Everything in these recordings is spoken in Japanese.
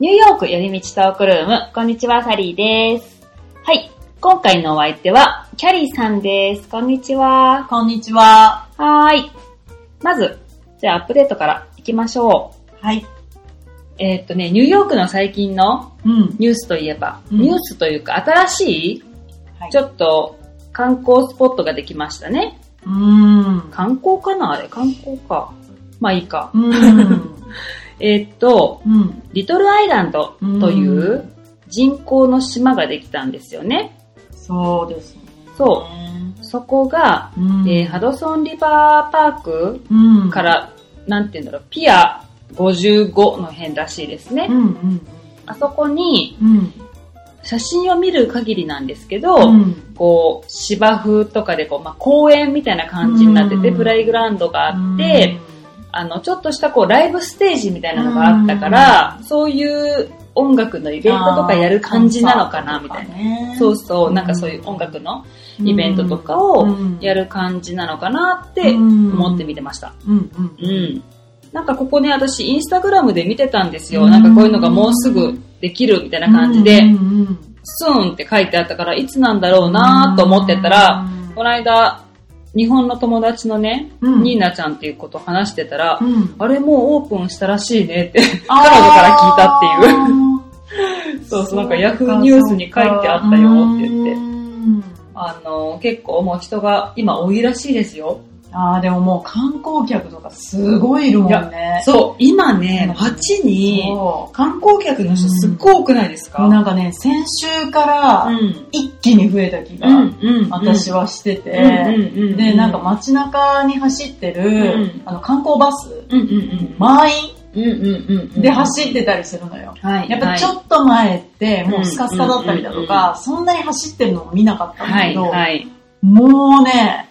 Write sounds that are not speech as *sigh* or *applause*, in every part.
ニューヨーク寄り道トークルーム、こんにちは、サリーです。はい、今回のお相手は、キャリーさんです。こんにちは。こんにちは。はーい。まず、じゃあアップデートから行きましょう。はい。えーっとね、ニューヨークの最近のうん。ニュースといえば、うんニュースというか、新しい、はいちょっと観光スポットができましたね。うーん。観光かなあれ、観光か。まあいいか。うーん。えーっと、うん。リトルアイランドという人工の島ができたんですよね。そうですね。そそこが、う。うん。えーハドソンリバーパークうん。か。ら、なんて言うんだろう、ピア55の辺らしいですね。うんうん。あそこに、うん。写真を見る限りなんですけど、うん。こう、芝生とかでこう、まあ、公園みたいな感じになってて、うんプレイグラウンドがあって、あの、ちょっとしたこう、ライブステージみたいなのがあったから、そういう音楽のイベントとかやる感じなのかな、みたいな。なそうそう、なんかそういう音楽のイベントとかをやる感じなのかなって思って見てました。うんうんう。ん。なんかここね、私インスタグラムで見てたんですよ。うんなんかこういうのがもうすぐできるみたいな感じでう、んスーンって書いてあったから、いつなんだろうなと思ってたら、、この間、日本の友達のね、うんニーナちゃんっていうこと話してたらう、ん。あれもうオープンしたらしいね *laughs* って、彼彼女から聞いたっていう。いそうそう、なんかヤフーニュースに書いてあったよって言って。って。あの、結構もう人が今多いらしいですよ。ああ、でももう観光客とかすごいいるもんね。そう、今ね、うん街にそ観光客の人すっごい多くないですかうなんかね、先週からん。一気に増えた気うん、がうん。私は、はしてて、うん、うん。で、なんか、街中に走ってる、うんあの観光バス、うん、うん、うん。満うん、うん、うんう員ん。で走ってたりするのよ。はい。やっぱちょと、っと前ってもうスカスカだったりだとか、そんなに走ってるのも見なかったんだはけい、ど、はい。もうね、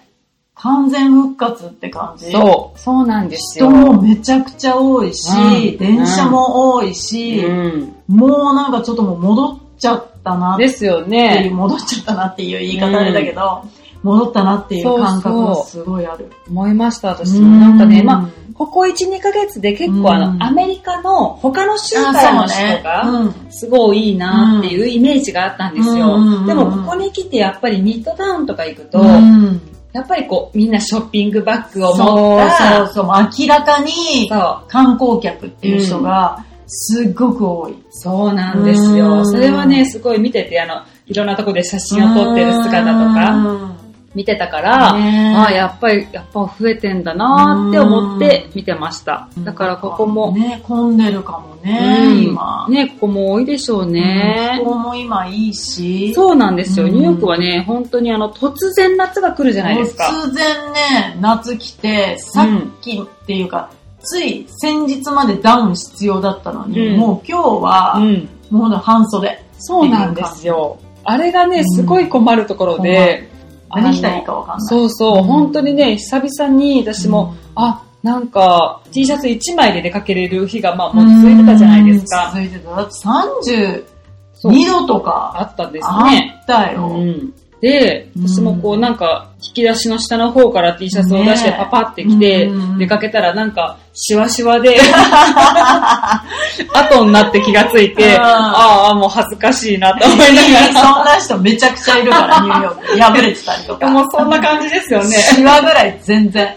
完全復活って感じ。そう。そうなんですよ。人もめちゃくちゃ多いし、うん電車も多いし、うん。もうなんかちょっともう戻っちゃったなってですよいう、ね。戻っちゃったなっていう言い方あれだけど、戻ったなっていう感覚がすごいある。思いました、私も。なんかね、まあ、ここ1、2ヶ月で結構あの、うんアメリカの他の州あ、からの人が、そうねすごいいいなっていうイメージがあったんですよ。うんでもここに来てやっぱりミッドタウンとか行くと、うんやっぱりこう、みんなショッピングバッグを持そっうた、そうそう、もう明らかにそう観光客っていう人がすっごく多い。そうなんですうよ。んそれはね、すごい見てて、あの、いろんなとこで写真を撮ってる姿とか見てたかとら、ああ、やっぱり、やっぱ増えてんだなーって思って見てました。だからここも、ね、混んでるかもうね、ん今。ね、ここも多いでしょううん気ね。候も今いいし。そうなんですよ。うんニューヨークはね、本当にあの、突然夏が来るじゃないですか。突然ね、夏来て、さっきっていうか、つい先日までダウン必要だったのに、うんもう今日は、ん。もうほんと半袖。そうなんですよ。あれがね、すごい困るところで、何着たらいいかわかんない。そうそう、うん本当にね、久々に私も、あ、なんか、T シャツ1枚で出かけれる日が、まあ、もう続いてたじゃないですか。うん続いてた。だってそう32度とかあったんですあね。ったよ。うんで、うん私もこう、なんか、引き出しの下の方から T シャツを出してねパパってきてう、ん出かけたらなんか、シワシワで、 *laughs* 後になって気がついて、うんああ、もう恥ずかしいなと思いながら。 *laughs* そんな人めちゃくちゃいるから、ニューヨーク。破れてたりとでか。もうそんな感じですよね。シワぐらい *laughs* 全然。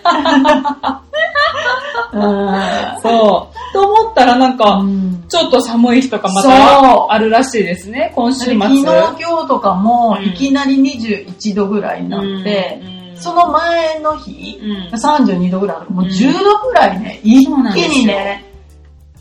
うんそう。と思ったらなんか、ちょっと寒い日とかまそうたあるらしいですね、今週末。昨日今日とかもうんいきなり21度ぐらいになって、うんそ、の前の日、うん32度ぐらいあるもううん10度ぐらいね、一そうなんです気よにね、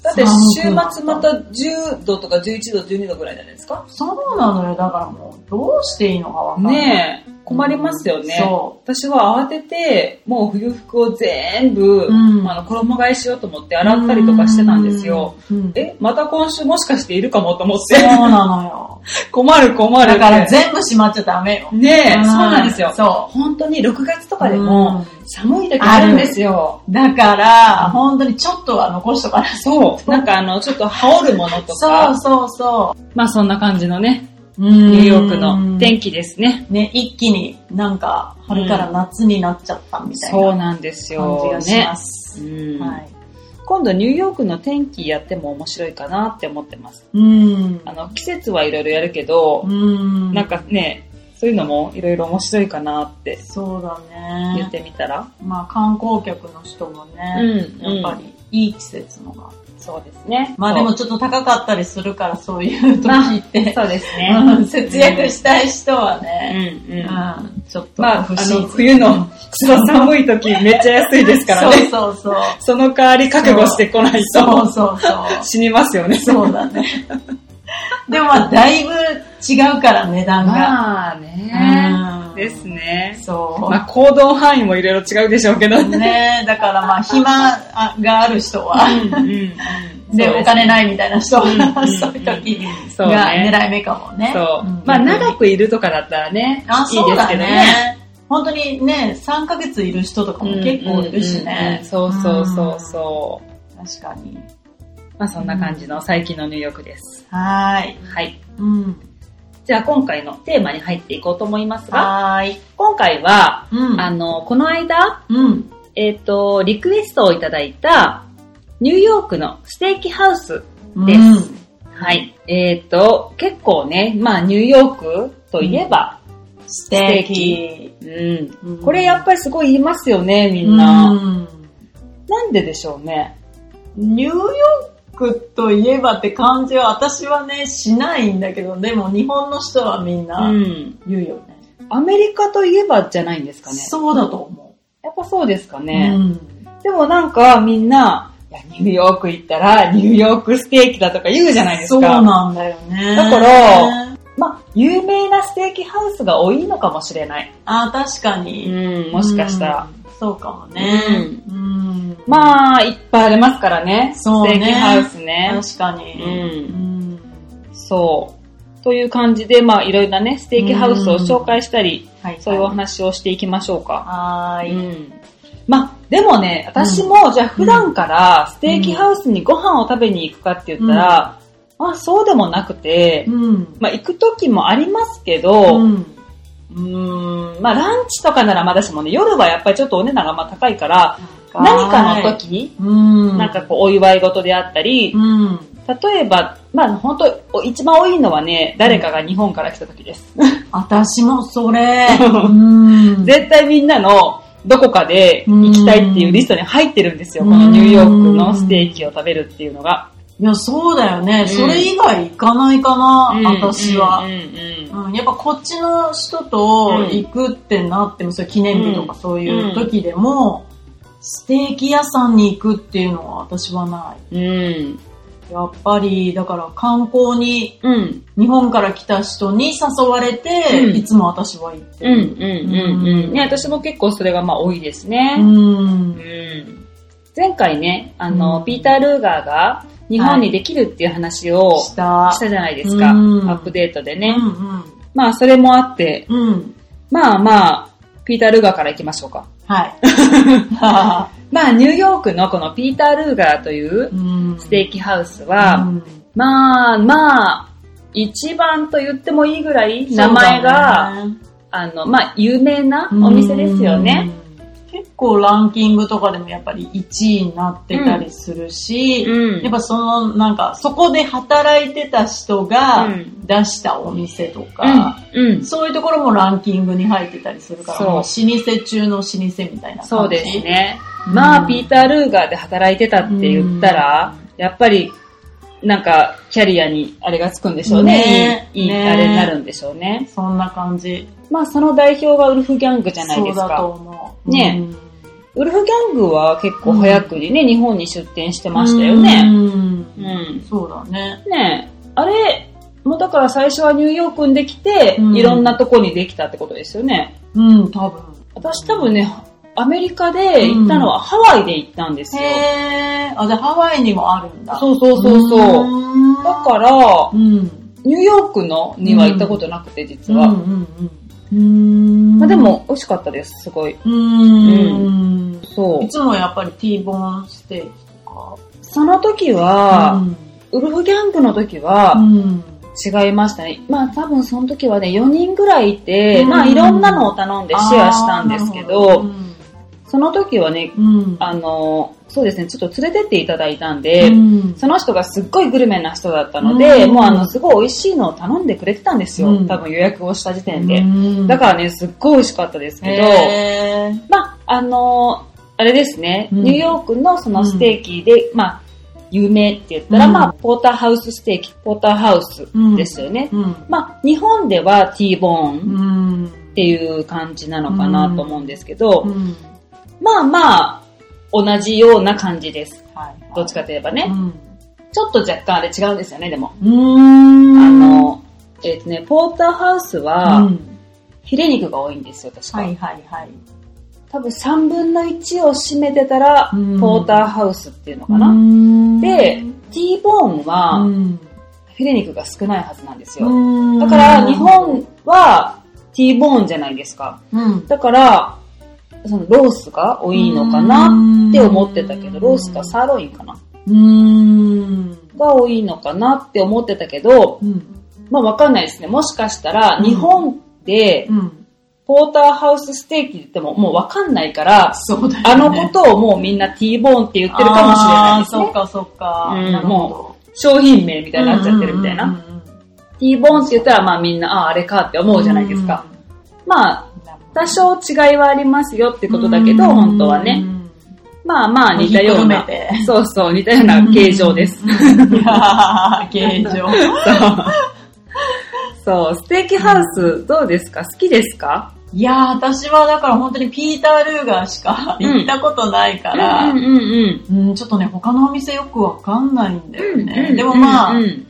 だって週末ま寒くた10度とか11度、12度ぐらいじゃないですかそうなのよ、だからもうどうしていいのかわかんない。ねえ、困りますよね。そ私は慌てて、もう冬服を全部、うんあの衣替えしようと思って洗ったりとかしてたんですよ。う。うんえ、また今週もしかしているかもと思っそうて、な *laughs* のよ。困る困るだって。から全部閉まっちゃダメよ。ねえ、そうなんですよ。そ本当に6月とう。かでも、寒い時あるんですよ。だから、本当にちょっとは残しとかない。そう。なんかあの、ちょっと羽織るものとそうか。そうそまあそんな感じのね、う。ニニューヨークの天気ですね。ね、一気になんか春から夏になっちゃったみたいなそうなんです感じよが。しねま。す。うんはい。今度ニューヨークの天気やっても面白いかなって思ってます。うんあの、季節はいろいろやるけど、うん。なんかね、そういうのもいろいろ面白いかなってそうだ言ねっ。てみたら。まあ観光客の人もね、やっやぱっぱり。りいい季節のが。そうですね。まあでもちょっと高かったりするからそういう時っ *laughs* て、そうですうね。ん *laughs* 節約したい人はうんね、うん。うんちょっとまあ、あ不の、審冬のクソ寒い時めっちゃ安いですからね。そうそうそう。その代わり覚悟してこないそうとそうそう。死にますよね。そうだね。でもまあ、だいぶ違うから、値段が。まあうんですね。そまあ、行動範囲もいろいろ違うでしょうけど *laughs* う。。ねだからまあ、暇がある人は、で、お金ないみたいな人は、そういう時そうがね。狙い目かもね。そううん。まあ、長くいるとかだったらね、あ、いいそうですだけどね。ね。本当にね、3ヶ月いる人とかも結構いるしね。うんうんうんそうそうそうそう。うん。確かに。まあ、そんな感じの最近のニューヨークです。はーい。はい。うん。じゃあ、今回のテーマに入っていこうと思いますが、はーい。今回は、うん。あの、この間、うん。えっ、と、リクエストをいただいた、ニューヨークのステーキハウス。ですうんはい。えっ、と、結構ね、まあ、ニューヨークといえば、ステーキ。うん。うんこれやっぱりすごい言いますよね、みんな。うんなんででしょうね。ニューヨークといえばって感じは私はね、しないんだけど、でも日本の人はみんう。なん言うよね。アメリカといえばじゃないんですかね。そうだと思やっぱそうですかう。ね。うんでもなんかみんな、いや、ニューヨーク行ったら、ニューヨークステーキだとか言うじゃないですか。そうなんだよね。だから、まあ、有名なステーキハウスが多いのかもしれない。あ、確かに。んもしかしたら。うん。そうかもね。うん。あ、まあ、いっぱいありますからね。そうねステーキハウスね。確かに。うんんそう。という感じで、まあ、いろいろなね、ステーキハウスを紹介したり、はい。そういうお話をしていきましょうか。はうーい。ん。まあ、でもね、私も、じゃあ普段からステーキハウスにご飯を食べに行くかって言ったら、まあ、そうでもなくて、うん。まあ、行く時もありますけど、うんうーんまあランチとかならまだしもね、夜はやっぱりちょっとお値段がまあ高いから、何かの、時、うん。なんかこうお祝い事であったり、うん。例えば、まあ本当一番多いのはね、誰かが日本から来た時です。私もそれ。 *laughs* ううん絶対みんなのどこかで行きたいっていうリストに入ってるんですよ、うんこのニューヨークのステーキを食べるっていうのが。いや、そうだよね。うんそれ以外行かないかな、私うはん。うんうん、やっぱこっちの人と行くってなっても、そういう記念日とかそういう時でも、ステーキ屋さんに行くっていうのは私はなうんうん。い。やっぱり、だから観光に、うん。うん。日本から来た人に誘われて、うんいつも私は行ってうん。る。うん。うん。ね、私も結構それがまあ多いですね。うん。うん前回ね、あの、うんピーター・ルーガーが日本にできるっていう話をしした。たじゃないですか。うんアップデートでうね。んまあ、それもあって、うん。うん。まあまあ、ピーター・ルーガーから行きましょうか。 *laughs* はまあ、ニューヨークのこのピーター・ルーガーというい。うんステーキハウスうは、んまあまあ、一番と言ってもいいぐらい名前が、そうだねあの、まあ、有名なお店ですよね。うん。結構ランキングとかでもやっぱり1位になってたりするし、うんやっぱそのなんかそこで働いてた人がうん出したお店とか、うん。うん。そういうところもランキングに入ってたりするから、そうもう老舗中の老舗みたいな感じ。そうです。ね。うんまあ、ピーター・ルーガーで働いてたって言ったら、やっぱり、なんか、キャリアにあれがつくんでしょうね。ねいい、いい、ねあれになるんでしょうね。そんな感じ。まあ、その代表はウルフ・ギャングじゃないですそうだとか。思う。ねうんウルフ・ギャングは結構早くにね、日本に出店してましたよね。うんうん。そうだね。ねえあれ、もうだから最初はニューヨークにできて、うんいろんなとこにできたってことですよね。うん、多分。私多分ね、アメリカで行ったのはハワイで行ったんですよ。へー。あ、じゃあハワイにもあるんだ。そうそうそうそう。うだからう、ん。ニューヨークのには行ったことなくて、実うは。んうんうん。まあで、も、美味しかったです、すごい。うん。そ。いうつもやっぱり T ボーンステーキとその時か。は、ウルフギャングの時うは、ん。違いましたね。まあ多分その時はね、4人ぐらいいて、うんまあいろんなのを頼んでシェアしたんですけど、うんその時はね、うん。あの、そうですね、ちょっと連れてっていただいたんで、うんその人がすっごいグルメな人だったので、うんもうあの、すごい美味しいのを頼んでくれてたんですよ。うん多分予約をした時点で。うんだからね、すっごい美味しかったですけど、へーまあ、あのあれですね、うんニューヨークのそのステーキで、まあ、有名って言ったら、うんまあ、ポーターハウスステーキ、ポーターハウスですよね。うん。まあ、日本では T ボーンっうん。ていう感じなのかなと思うんですけど、うんまあまあ、同じような感じです。はいどっちかといえばね。うん。ちょっと若干あれ違うんですよね、でも。うん。あの、えっ、とね、ポーターハウスは、うんヒレ肉が多いんですよ、確か。はいはいはい。多分3分の1を占めてたら、うんポーターハウスっていうのかな。なで、T ボーンうはん。フィレ肉が少ないはずなんですよ。だだから日、本は T ボーンじゃないですか。うん。だから、そのロースが多いのかなって思ってたけど、ロースかサーロインかなうーん。が多いのかなって思ってたけど、うん。まあわかんないですね。もしかしたらうん日本でうん。ポーターハウスステーキって言ってももうわかんないから、そうだよね。あのことをもうみんな T ボーンって言ってるかもしれないあーですそっね。かそっか。うんなるほ商品名みたどいになっちゃってるみたいな。。T ボーンって言ったらまあみんな、ああ、あれかって思うじゃないですか。まあ、多少違いはありますよっててことだけど、本当はね。。まあまあ似たようなひっくるめ、てそうそう、似たような形状です。いやー、形状。そう、ステーキハウスどうですか好きですかいやー、私はだから本当にピーター・ルーガーしかうん行ったことないかうら、んうん。うん、ちょっとね、他のお店よくわかんないんだようね。んでもまうんうあ、ん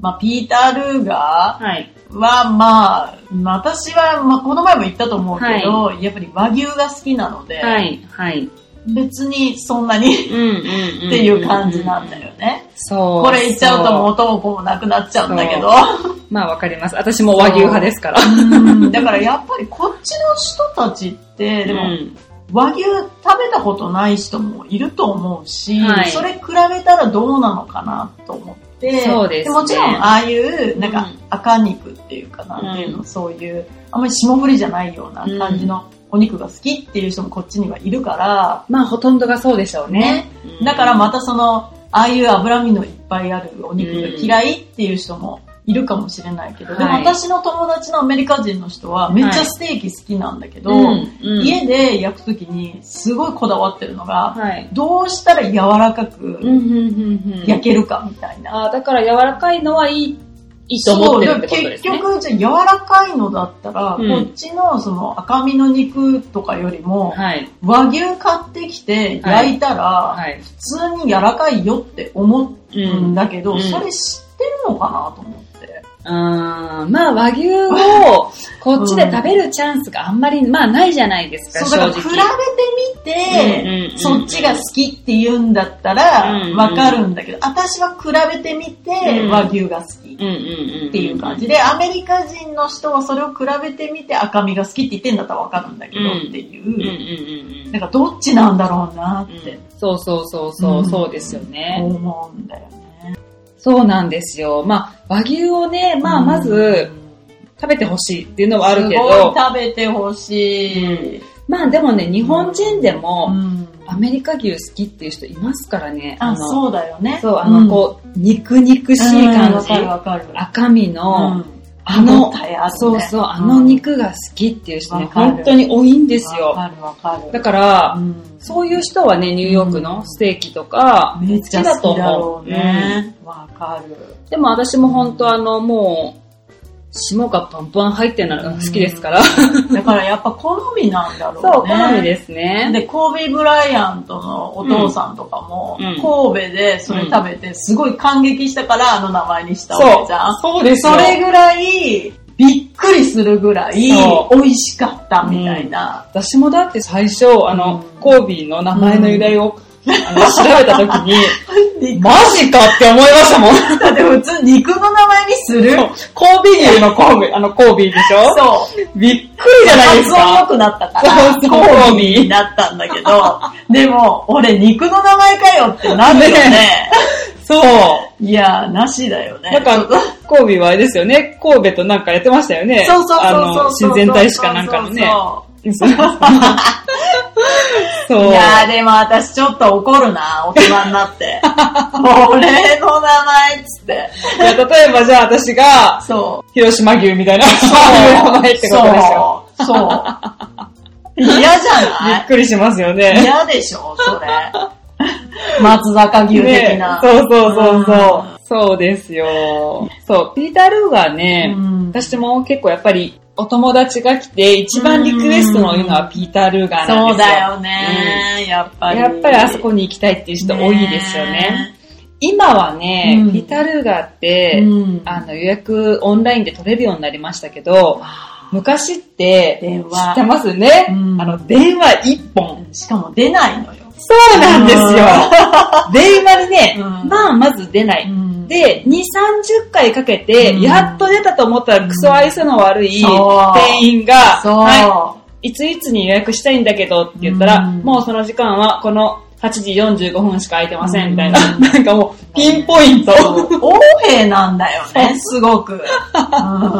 まあ、ピーター・ルーガー、はい。は、まあ、私は、まあ、この前も言ったと思うけど、やっぱり和牛が好きなので、はい、はい。別にそんなにうんうん。っていう感じなんだよね。そう。これ言っちゃうとそ元も子もなくなっちゃうんだけど。うまあわかります。私も和牛派ですから。うん *laughs* だからやっぱりこっちの人たちって、でうもん和牛食べたことない人もいると思うし、はいそれ比べたらどうなのかなと思って、そうですねもちろんああいう、なんうかん赤肉っていうかなんていうの、うそういう、あんまり霜降りじゃないような感じのお肉が好きっていう人もこっちにはいるから、まあほとんどがそうでしょうね。うんだからまたその、ああいう脂身のいっぱいあるお肉が嫌いっていう人もいるかもしれないけど、でもはい私の友達のアメリカ人の人はめっちゃステーキ好きなんだけど、うんうん家で焼くときにすごいこだわってるのが、はい。どうしたら柔らかうんうくんうんうん。焼けるかみたいな。ああ、だから柔らかいのはいい、いいと思ってるってことですそうね。だから結局、じゃあ柔らかいのだったら、うんこっちのその赤身の肉とかよりも、はい。和牛買ってきて焼いたら、はい。普通に柔らかいよって思ううんん。だけど、うんそれ知ってるのかなと思って。あーまあ和牛を *laughs* こっちで食べるチャンスがあんまり、まあないじゃないですか、そう、正だから直。比べてみうて、んうんうんそっちが好きって言うんだったらうんうんわかるんだけど、私は比べてみうてん和牛が好きうんうんうん。っていう感じで、アメリカ人の人はそれを比べてみて赤身が好きって言ってんだったらわかるんだけどうんっていうんうんう、うんうん。なんかどっちなんだろうなうってんそうそうそうそう、うんそうですよね。思うんだよね。そうなんですよ。まあ和牛をね、まあまず食べてほしいっていうのはあるけすごいど、食べてほしい。まあでもね、日本人でうもんアメリカ牛好きっていう人いますからね。あ、のそうだよね。そう、あの、こう、肉肉しい感じ。うんわかるわかる。赤身の、うん、あの、歯応えあるねそうそう、あの肉が好きっていう人ね、わかる本当に多いんですよ。わかるわかる。だから、うんそういう人はね、ニューヨークのステーキとか、めっちゃ好きだろううんね。わ、かる。でも私も本当あの、もう、霜がパンパン入ってるのがう好んきですから。だからやっぱ好みなんだろうね。そう、好みですね。で、コービー・ブライアントのお父さんとかも、うん神戸でそれ食べて、すごい感激したからあの名前にしたわそけうじゃん。、そうですよそれぐらい、びっくりするぐらい、そ美味しかったみたいな。私もだって最初、あの、うんコービーの名前の由来を、あの調べた時に、でマジかって思いました *laughs* もん。だって普通肉の名前にするコービー牛のコービー、あの、コービーでしょそう。びっくりじゃないです発音良か。くなったかそうそうら、コービーになったんだけど、でも、俺肉の名前かよってなるよね。そう。いやー、なしだよね。なん *laughs* か、コービーはあれですよね。神戸となんかやってましたよね。そうそうそうそうそうあの、親善大使かなんかのね。そうそうそうそうそういやーでも私ちょっと怒るな、大人になって。俺の名前っつって。いや例えばじゃあ私が、そう。広島牛みたいな、そういう名前ってことでしょ。そう。そう。嫌じびゃっくりしますよねな。い嫌でしょ、それ。松坂牛的な。ねそうそうそうそう。そうですよ。そう、ピーター・ルーがね、うん私も結構やっぱりお友達が来て一番リクエストの多いのはピーター・ルーガーなそんうですよ。だよね、やっぱり。やっぱりあそこに行きたいっていう人多いですよね。今はね、うんピーター・ルーガーっえ。て、うんあの予約オンラインで取れるようになりましたけど、昔って、知電話ってますね、うんあの、電話一本。しかも出ないのよ。そうなんですよ。 *laughs* 電話でね、うんまあ、まず出ない。で、で、2、30回かけて、うんやっと出たと思ったら、クソ愛想の悪いそう店員が、そう。はいいついつに予約したいんだけどって言ったら、うんもうその時間はこの8時45分しか空いてませんみたいな、うんなんかもうピンポイントそう横兵なんだよ *laughs* ね、すごく。う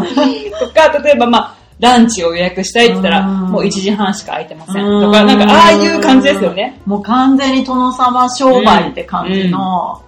んとか、例えばまあ、ランチを予約したいって言ったら、うんもう1時半しか空いてませんうんとか、なんかああいう感じですよね。もう完全に殿様商売って感じの、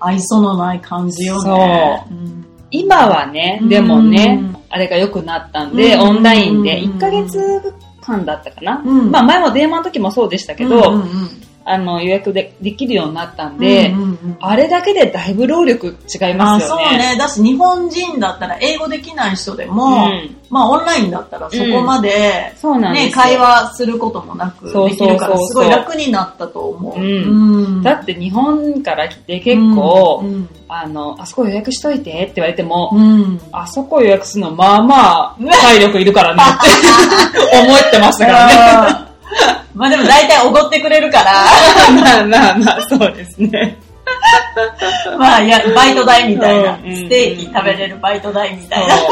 愛想のない感じよね。うん今はね、でもねうん、あれが良くなったんで、うんオンラインで1ヶ月間だったかな。うんまあ前も電話の時もそうでしたけど、うんうんうんあの予約でできるようになったんで、うんうんうんあれだけでだいぶ労力違いまあすよそうね。ね。だし、日本人だったら英語できない人でも、うんまあオンラインだったらそこまで、そうなんですよね、会話することもなくそうできるから、そうすそうそうごい楽になったと思う。うんうんだって日本から来て結構、うんあの、あそこ予約しといてって言われても、うんあそこ予約するのまあまあ体力いるからねって思ってましたからね。うん *laughs* まあでも大体おごってくれるから、まあまあまあ、そうですね。まあいや、バイト代みたいな、うんステーキ食べれるバイト代みたいなそう。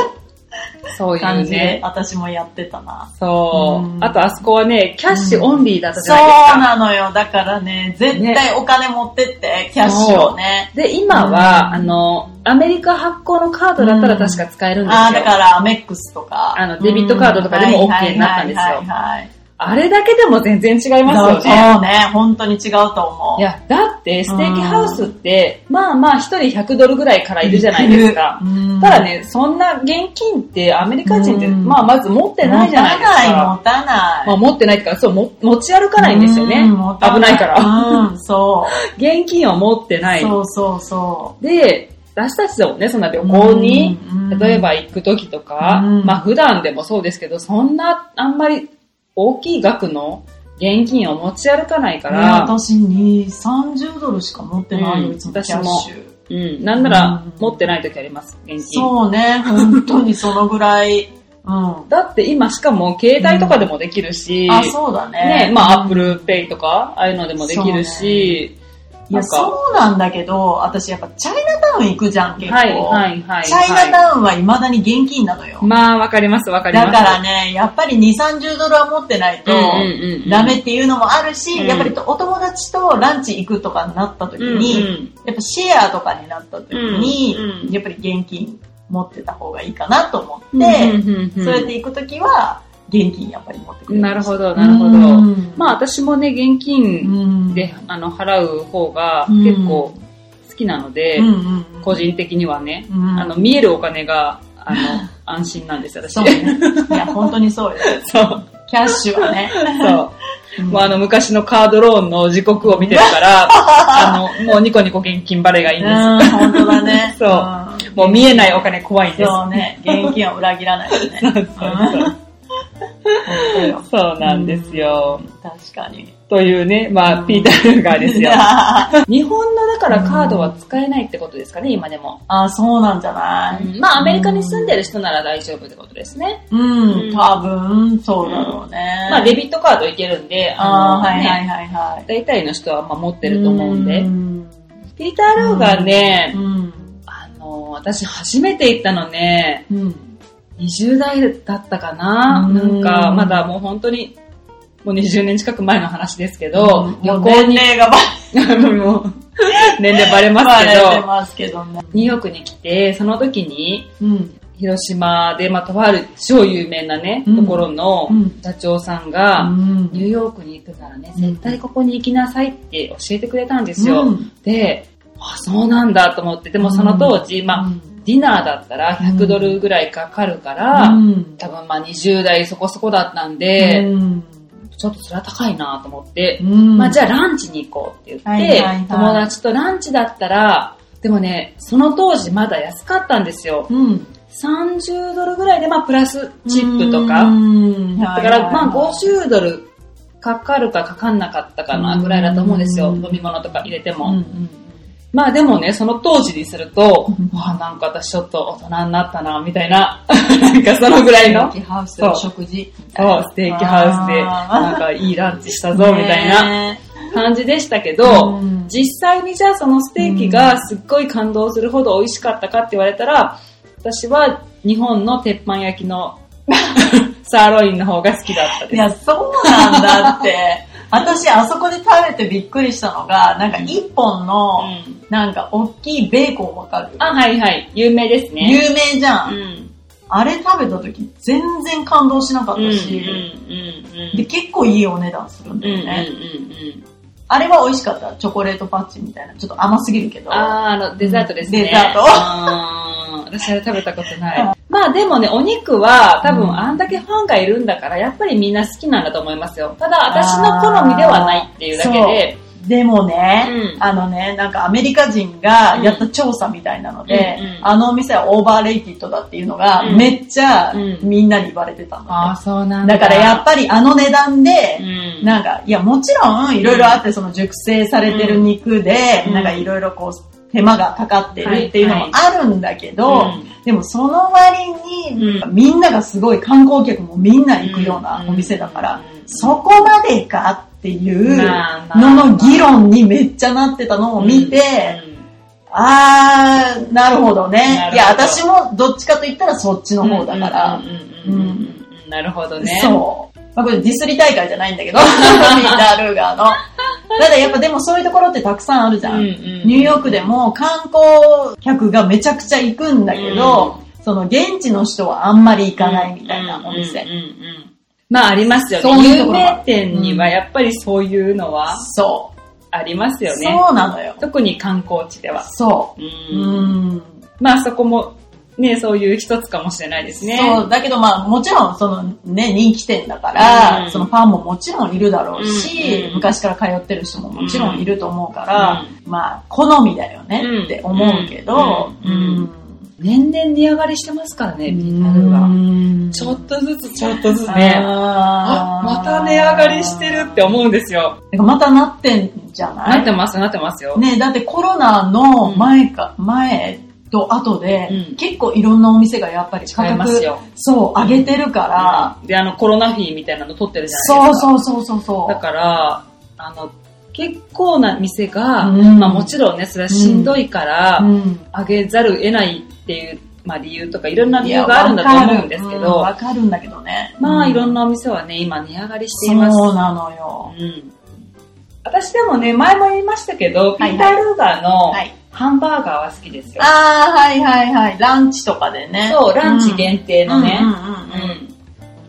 そうい感うじでね。私もやってたな。そうう。んあとあそこはね、キャッシュオンリーだったじそゃなういですか。なのよ。だからね、絶対お金持ってって、キャッシュをね。で、今は、うんあの、アメリカ発行のカードだったら確か使えるんですよ。ああ、だからアメックスとか。あのデビットカードとかでもうん OK になったんですよはいはいはいはいあれだけでも全然違いますよね。そうね、本当に違うと思う。いや、だって、ステーキハウスって、まあまあ、一人100ドルぐらいからいるじゃないですか。うんただ、ね、そんな現金ってアメリカ人って、うんまあまず持ってないじゃないです持か。たない、まあ、持持ってないっていうか、そう、も持ち歩かなたない。いんですよね。うん持た危ないから。うん、そう。現金を持ってない。そうそうそう。で、私たちでもね、そんな旅行に、うん例えば行く時とか、うんまあ普段でもそうですけど、そんなあんまり大きい額の現金を持ち歩かないかねら、私に30ドルしか持ってないよ、うんいつもキャッシュ。うん、なんならうん持ってない時あります、現金。そうね、本当にそのぐらい。うん。あ、だって今しかも携帯とかでもできるし、そうだね。ね、まあ Apple Pay とか、ああいうのでもできるし、いや、なんかそうなんだけど、私やっぱチャイナタウン行くじゃん、結構。はいはいはい。チャイナタウンは未だに現金なのよ。まあわかりますわかります。だからね、やっぱり2、30ドルは持ってないと、うんうんうんうんダメっていうのもあるし、うんやっぱりお友達とランチ行くとかになった時に、うんうんやっぱシェアとかになった時に、うんうんやっぱり現金持ってた方がいいかなと思って、うんうんうんうんそうやって行く時は、現金やっぱり持ってくれなるほど。ど、なるほど。うんまあ私もね、現金うんで、あの払う方がうん結構好きなので、うんうんうん個人的にはね、うんあの見えるお金があ *laughs* の安心なんです、私。そうね。いや、本当にそうよ。 *laughs* そう。キャッシュはね。そう。うんもうあの昔のカードローンの時刻を見てる *laughs* から、あの、もうニコニコ現金バレがいいんで。うん、本当だ *laughs* ねす。もう見えないお金怖いんです。そうね、現金は裏切 *laughs* らないよね。うんそうよそうなんですよ。確かに。。というね、まあ、ピーター・ルーガーです *laughs* よあ日本のだからカードは使えないってことですかね、今でも。ー、そうなんじゃなうんいまあ、アメリカに住んでる人なら大丈夫ってことですね。うん、多分、そうだろうね。まあ、デビットカードいけるんで、あー、はいはねいはいはい。大体の人はまあ持ってると思うんで。んピーター・ルーがね、うん。あの、私初めて行ったのね、うん。 20代だったかな。うんなんか、まだもう本当に、もう20年近く前の話ですけど、うん旅もう行年に、齢がバもう年齢バレますレけてど、ますけどね。ニューヨークに来て、その時に、うん。広島で、まあ、とある超有名なね、うんところのうんダチョウさんが、うんニューヨークに行くならね、うん絶対ここに行きなさいって教えてくれたんですよ。うんで、あ、そうなんだと思って、でもその当時、まあ、ディナーだったら100ドルぐらいかかるから、うん多分まあ20代そこそこだったんうで、んちょっとそれは高いなと思って、うんまあじゃあランチに行こうって言はっいて、はいはい友達とランチだったら、でもね、その当時まだ安かったんですよ。うん30ドルぐらいでまあプラスチップとか、うんだからはいはいはいまあ50ドルかかるかかかんなかったかなぐらいだと思うんですよ。うん飲み物とか入れても。うんうんまあでもね、その当時にするとうん、わあなんか私ちょっと大人になったな、みたいな、 *laughs* なんかそのぐらいのス、テーキハウスの食事みたいそな。う、ステーキハウスで、あなんかいいランチしたーぞ、みたいなね感じでしたけえど、うん実際にじゃあそのステーキがすっごい感動するほど美味しかったかって言われたら、私は日本の鉄板焼きのサーロインの方が好きだったいです。や、そうなんだって。私、あそこで食べてびっくりしたのが、なんか一本うの、んなんか大きいベーコンわかるあ、はいはい、有名ですね。有名じゃ。うんん。あれ食べた時全然感動しなかっうんうんうんたし、うんで、結構いいお値段するんうだんうよんね。うんうん。あれは美味しかった。チョコレートパッチみたいな。ちょっと甘すぎるけど。あーあの、デザートですね。デザートあー私は食べたことない。まあでもね、お肉は多う分んあんだけファンがいるんだから、やっぱりみんな好きなんだと思いますよ。ただ私の好みではないっていうだけで。でもね、うんあのね、なんかアメリカ人がやった調査みたいなので、うんうんあのお店はオーバーレイティッドだっていうのが、うんめっちゃうんみんなに言われてたのね、ーそうなだからやっぱりあの値段うで、ん。なんか、いやもちろんいろいろあってその熟成されてる肉で、うんなんかいろいろこう手間がかかってるっていうのもあるんだけど、はいはいでもその割に、うんみんながすごい観光客もみんな行くようなお店だから、うんそこまでかっていうまあまあまあのの議論にめっちゃなってたのを見て、うんあー、なるほなるほどね。どいや、私もどっちかと言ったらそっちの方だからうん。うんうんうんうんうんなるほどね。そう。まあ、これディスり大会じゃないんだけど、ミ *laughs* ーダルーガーの。ただやっぱでもそういうところってたくさんあるじゃうん。んうんニューヨークでも観光客がめちゃくちゃ行くんだけど、その現地の人はあんまり行かないみたいなお店。うんうんうんうんまあありますよそうね。いうと有ころ名店にはやっぱりそういうのはそありますう。よね。そうなのよ。特に観光地では。そうう。うんん。まあそこもね、そういう一つかもしれないですね。そう、だけどまあもちろんそのね、人気店だから、うんそのファンももちろんいるだろうし、うん昔から通ってる人ももちろんいると思うから、まあ好みだよねって思うけど、うん年々値上がりしてますからね、ビータルが。ちょっとずつちょっとずつね。ああ、また値上がりしてるって思うんですよ。てかまたなってんじゃないなってます、なってますよ。ね、だってコロナの前か、前と後で、うん結構いろんなお店がやっぱり価買えます格、よ。そう、上げてるから、で、あの、コロナフィーみたいなの取ってるじゃないそでうすか。そうそうそうそう。だから、あの、結構な店が、うんまあもちろんね、それはしんどいから、うん上げざるを得ないっていう、まあ、理由とかいろんな理由があるんだと思うんですけいやど、わかるうんわかるんだけどね。まあいろんななお店はね、今値上がりしています。そうなのよ。うん私でもね、前も言いましたけど、はいはいピーター・ルーガーのはい。ハンバーガーは好きですよ。ああ、はいはいはい。ランチとかでね。そう、ランチ限定定のね。うん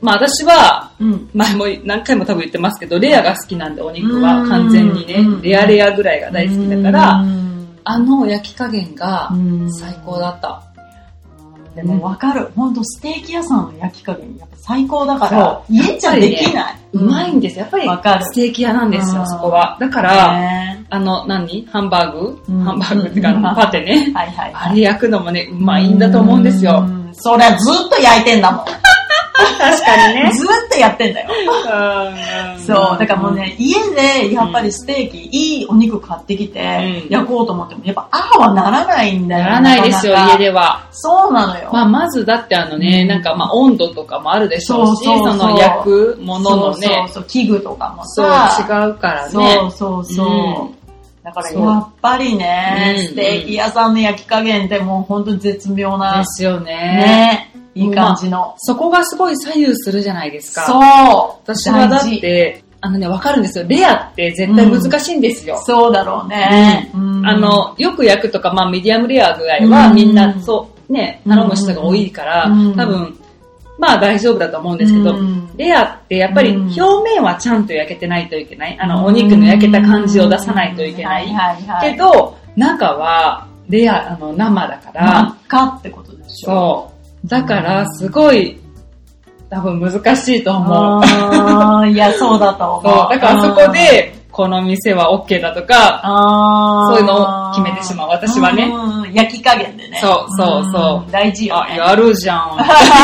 まあ私は、うんうんうん。うん。前も何回も多分言ってますけど、レアが好きなんで、お肉はうん完全にねうん、レアレアぐらいが大好きだから、うん、あの焼き加減がうん最高だった。でもわかる。ほんとステーキ屋さんの焼き加減、やっぱ最高だかそら、家じゃできない。うまいんですよ。やっぱわかりるステーキ屋なんですうよ、んそこは。だかうんら、ねあの、何ハンバーグうんハンバーグっていうか、あうんのパテね。はいはいあはい。れ焼くのもね、うまいんだと思うんですよ。う。ん。そりゃずっと焼いてんだもん。確かにずっとやってんだよ。そう、だからもう。ね、家でやっぱりステーキ、いいお肉買ってきてう、ん焼こうと思っても、やっぱああはならないんだよならないですよ、かか家では。そうなのよ。まあ、まずだってあのね、なんかまあ、温度とかもあるでしょうし、そうそうそそうの焼くもののそうね、そうそう、器具とかもそうさ、違うからそねう。そうそう。だからそうやっぱりね、うんステーキ屋さんの焼き加減ってもうほんと絶妙でな、すよね。ね、いい感じの。そこがすごい左右するじゃないですか。そう。私はだっ大事て、あのね、わかるんですよ。レアって絶対難しいんですよ。そうだろうね。うんあ、の、よく焼くとか、まあ、ミディアムレアぐらいは、うんみんな、そう、ね、頼む人が多いから、うん多分、まあ大丈夫だと思うんですけど、うんレアってやっぱりう表ん面はちゃんと焼けてないといけない。あの、お肉の焼けた感じを出さないといけなうんい。はいはいはい、けど、中はレア、あの、生だから、真っ赤ってことでしょ。そう。だから、すごい、多分難しいと思う。あーいや、そうだと思う。そう。だからあそこで、この店は OK だとか、あー、そういうのを決めてしまう私はねうんうん焼き加減でね。そうそうそうん大事よあ、ね。やるじゃん。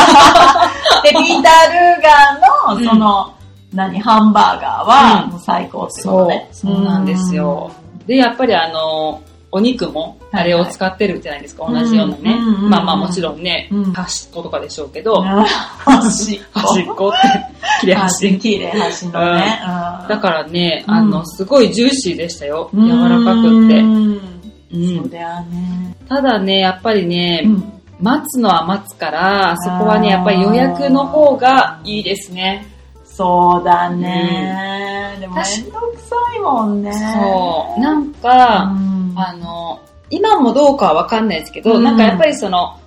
で、ピーター・ルーガーの、その、何、ハンバーガーは、うんもう最高ってことね。そうそうなんですよで、やっぱりあの、お肉も、あれを使ってるじゃないですか、はいはい同じようなね。うんうんうんまあまあもちろんねうん、端っことかでしょうけうどん。、端っこ。端っこって、切れ端。綺麗端のね。うんだからね、うんあの、すごいジューシーでしたよ。うん柔らかくって。う、そうんだよね。ただね、やっぱりね、うん待つのは待つから、あそこはね、やっぱり予約の方がいいですね。そうだね。でも、めんどくさいもんね。そう。んなんか、か、あの、今もどうかはわかんないですけど、うんなんかやっぱりその、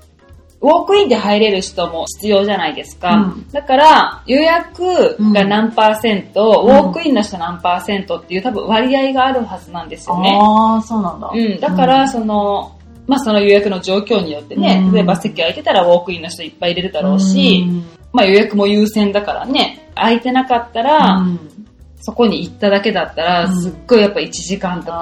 ウォークインで入れる人も必要じゃないですか。うんだから、予約が何パーセント、うんウォークインの人何パーセントっていう多分割合があるはずなんですよね。ああ、そうなんだ。うん、だから、その、まあその予約の状況によってね、うん例えば席空いてたらウォークインの人いっぱい入れるだろうし、うん、まあ予約も優先だからね、空いてなかったら、そこに行っただけだったら、うんすっごいやっぱ1時間とか、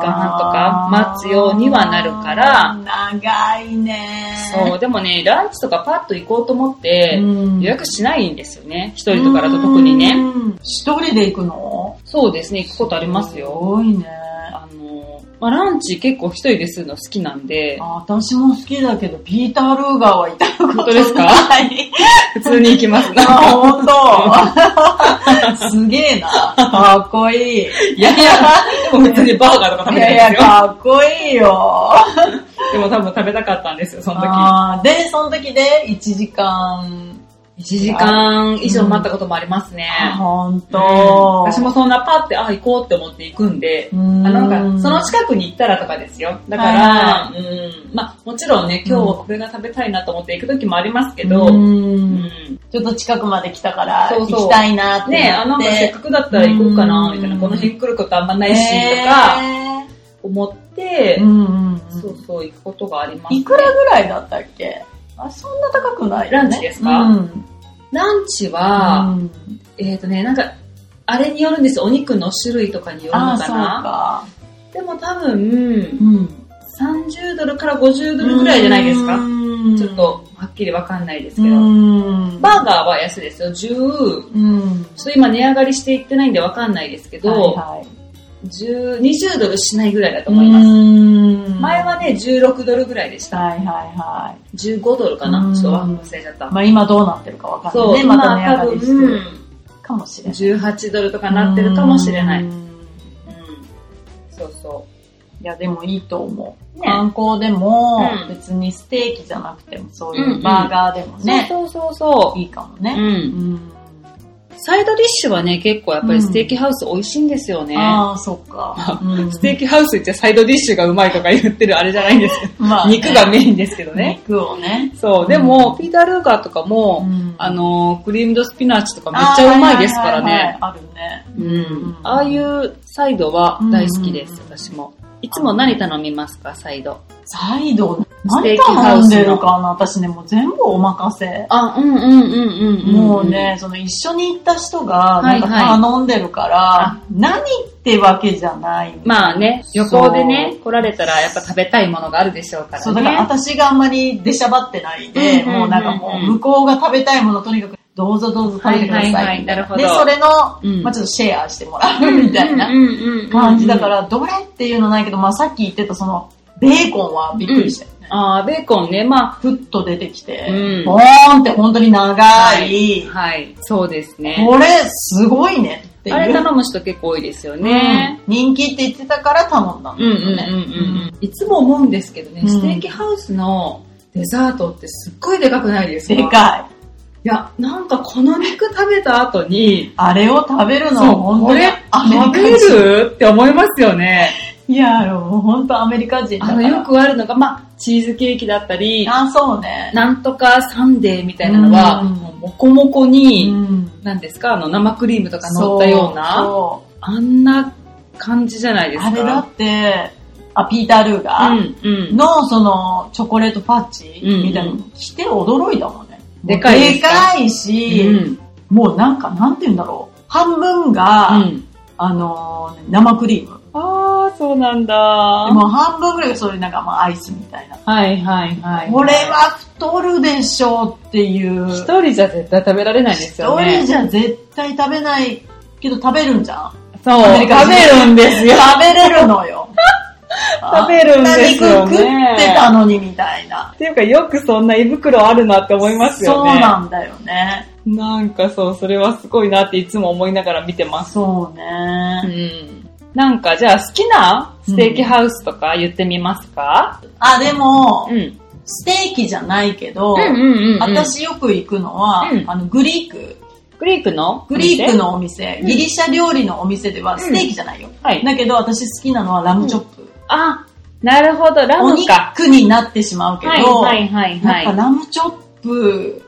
1時間半とか待つようにはなるかあら、ー。長いね。そう、でもね、ランチとかパッと行こうと思って、うん予約しないんですよね。一人とかだと特にね。うん。一人で行くのそうですね、行くことありますすよ。ごいね。あの、まあランチ結構一人でするの好きなんで、あ私も好きだけど、ピーター・ルーガーは行ったこと本当です *laughs* かない。普通に行きます。なんかあ、*laughs* 本当すげえな。かっこいい。いやいや、でも普通にバーガーとか食いべたいやいですや、よ。かっこいいよ。でも多分食べたかったんですよ、その時。あーで、その時で1時間。 1時間以上待ったこともありますね。あ本当、私もそんなパって、あ、行こうって思って行くんで、うあんなんか、その近くに行ったらとかですよ。だから、うん、まあ、もちろんね、今日はこれが食べたいなと思って行く時もありますけど、ううんんちょっと近くまで来たから、そ行うそうきたいなってねあ、ななっんて。かせっかくだったら行こうかな、うんみたいな、この辺来ることあんまないし、とか、ね思ってう、んうんうんそうそう、行くことがありますね。いくらぐらいだったっけあ、そんな高くないラよねンチですかうん。ランチは、うんえっ、とね、なんか、あれによるんですよお肉の種類とかによるあのー、かそうな。か。でも多分、ん。 30ドルから50ドルぐらいじゃないですか。うんちょっ、と、はっきりわかんないですうけど。ん。バーガーは安いですよ。10、ちょうん。っと今値上がりしていってないんでわかんないですけど、はいはい10 20ドルしないぐらいだと思います。うん前はね、16ドルぐらいでした。はいはいはい。 15ドルかなうんちょっと忘れちゃった。まあ今どうなってるかわかんないそう、ね。また今値上多がりしてる分、かもしれない。 18ドルとかなってるかもしれない。ううん。んそうそいやでもいいと思う。ね観光でもうん別にステーキじゃなくてもそううんいううんバーガーでもう。ね、そうそうそういいかもそう。ね。うん。うんサイドディッシュはね、結構やっぱりステーキハウス美味しいんですよね。ああ、そっか。うんステーキハウス行ってサイドディッシュがうまいとか言ってるあれじゃないんですけど、まあね肉がメインですけどね。肉をね。そう、でも、ピーター・ルーガーとかうも、んあのー、クリームドスピナッチとかめっちゃうまいですからね。あーはいはいはいはいあるね。うん。ああいうサイドは大好きです、うん私も。いつも何頼みますか、サイド。サイド、ステー何キハウス頼のんでるかな私ね、もう全部お任せ。あ、うんうんうんうん。もう。ね、その一緒に行った人が、はないんはいか頼んでるからあ、何ってわけじゃない。まあね、旅行でね、来られたらやっぱ食べたいものがあるでしょうからね。そう、だから私があんまり出しゃばってないで、うんうんうんうんもうなんかもう向こうが食べたいものとにかく、どうぞどうぞ食べてくださはい。いはいはいなるほどで、それの、うんまあちょっとシェアしてもらうみたいなうんうんうんうん感じだか。ら、どれっていうのないけど、まあさっき言ってたその、ベーコンはびっくりしたよね。ああ、ベーコンね、まあ、ふっと出てきて、うんボーンって本当に長い、はい、そうですね。これすごいねっていう。あれ頼む人結構多いですよね。うん人気って言ってたから頼んだんうんだうよんうんね。うんうん。いつも思うんですけどね、うんステーキハウスのデザートってすっごいでかくないですかでかい。いや、なんかこの肉食べた後に、あれを食べるのはそう、本こ当にれアメ食リカ人べるって思いますよね。いや、あのもう本当アメリカ人だあから。の、よくあるのが、まあ、チーズケーキだったり、あ、そうね。なんとかサンデーみたいなのは、うんもうもこもこに、うんなんですか、あの、生クリームとか乗ったような、そあんな感じじゃないでうすそうか。あれだって、あ、ピーター・ルーガうーん、うん。の、その、チョコレートパッチうんみたいなの着て驚いたもんね。でかいですでかかいし、もうなんか、なんて言うんだろう。半分が、うん。あのー、生クリーム。ああ、そうなんだ。でも半分ぐらいがそういうなんかまあアイスみたいな。はいはいはい。これは太るでしょうっていう。一人じゃ絶対食べられないんですよ一ね。人じゃ絶対食べないけど食べるんじゃんそう、アメ食リカ人べるんですよ。食べれるの *laughs* よ。食べるんですよねあんな肉食ってたのにみたいな。っていうか、よくそんな胃袋あるなって思いますよね。そうなんだよね。なんかそう、それはすごいなっていつも思いながら見てます。そうね。うん。なんか、じゃあ好きなステーキハウスとか言ってみますかあ、でも、ん。ステーキじゃないけど、ん私よく行くのは、うんあのグリーク、グリークのグリーク。のお店、うんギリシャ料理のお店ではステーキじゃないよ。はい。だけど私好きなのはラムチョップ。あ、なるほど、ラおムか。肉になってしまうけど、はいはいはいはやっぱい。ラムチョップ、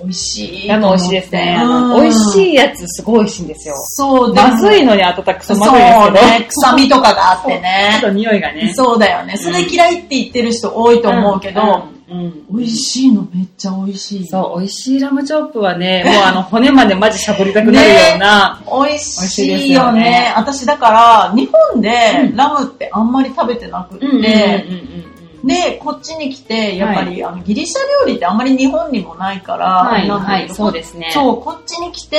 美味しいとラム思美っ味て。しいですね。あの美味しい。いやつすごい美味しいんですよ。そう、でもまずいのに温かくそそうまずいですけど。ね、臭みとかがあってちょっとね。匂いがね。そうだよね。それ嫌いって言ってる人多いと思うけど、うん、うん美味しいのめっちゃ美味しい。そう、美味しいラムチョップはね、もうあの、骨までマジしゃぶりたくなるような、美味しいよ美味しいでねすよね私だから、日本でうんラムってあんまり食べてなくって、うんで、こっちに来て、やっぱり、あのギリシャ料理ってあんまり日本にもないから、はい、なんはだけい、どそうですね。そう、こっちに来て、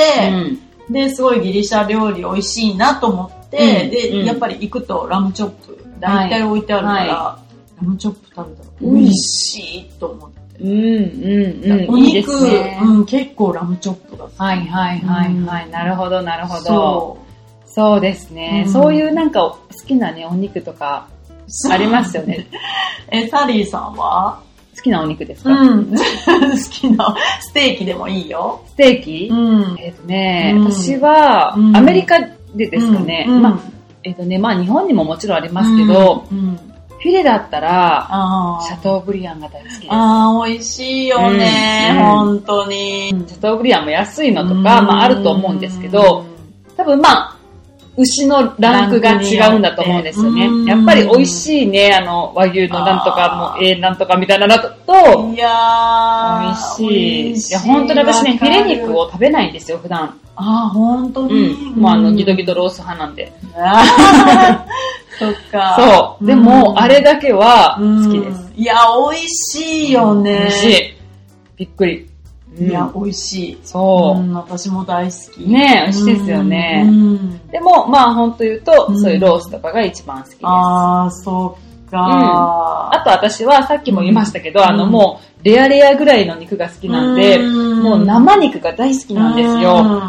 うん。で、すごいギリシャ料理美味しいなと思って、うんで、うんやっぱり行くとラムチョップ、大体置いてあるから、ラムチョップ食べたらうん美味しいと思って。うん、うん、うん。おいいで肉すね。うん、結構ラムチョップが好き。はい、はい、はい、はい。なるほど、なるほど。そそうですね。うんそういうなんか好きなね、お肉とかう。ありますよ *laughs* ね。え、サリーさんは好きなお肉ですか、うん。 *laughs* 好きなステーキでもいいよ。ステーキ、ん。えっ、とね、うん私は、うんアメリカでですかね。うんまあ、えっ、とね、まあ日本にももちろんありますけど、、うんうんフィレだったら、あシーャトーブリアンが大好きです。あー、美味しいよね、うん本当に。シャトーブリアンも安いのとか、まああると思うんですけど、、多分まあ、牛のランクが違うんだと思うんですよねランク。によやってっぱり美味しいね、あの、和牛のなんとかあも、ーえーなんとかみたいなのだと、いやー、美味しい。いや、わ本当に私ね、フかィるレ肉。を食べないんですよ、普段。あー、本当うに。ん。もうあの、ギトギトロース派なんで。あー *laughs* そっか。そう。でも、あれだけはうん好きです。。いや、美味しいよね。美味しい。びっくり。うんいや、美味しい。そうう。ん私も大好き。ねえ美味しいですよねうん。でも、まあ、本当言うとう、んそういうロースとかが一番好きです。ああー、そっか。と私は、さっきも言いましたけど、うんあの、もう、レアレアぐらいの肉が好きなんで、うんもう生肉が大好きなんですよ。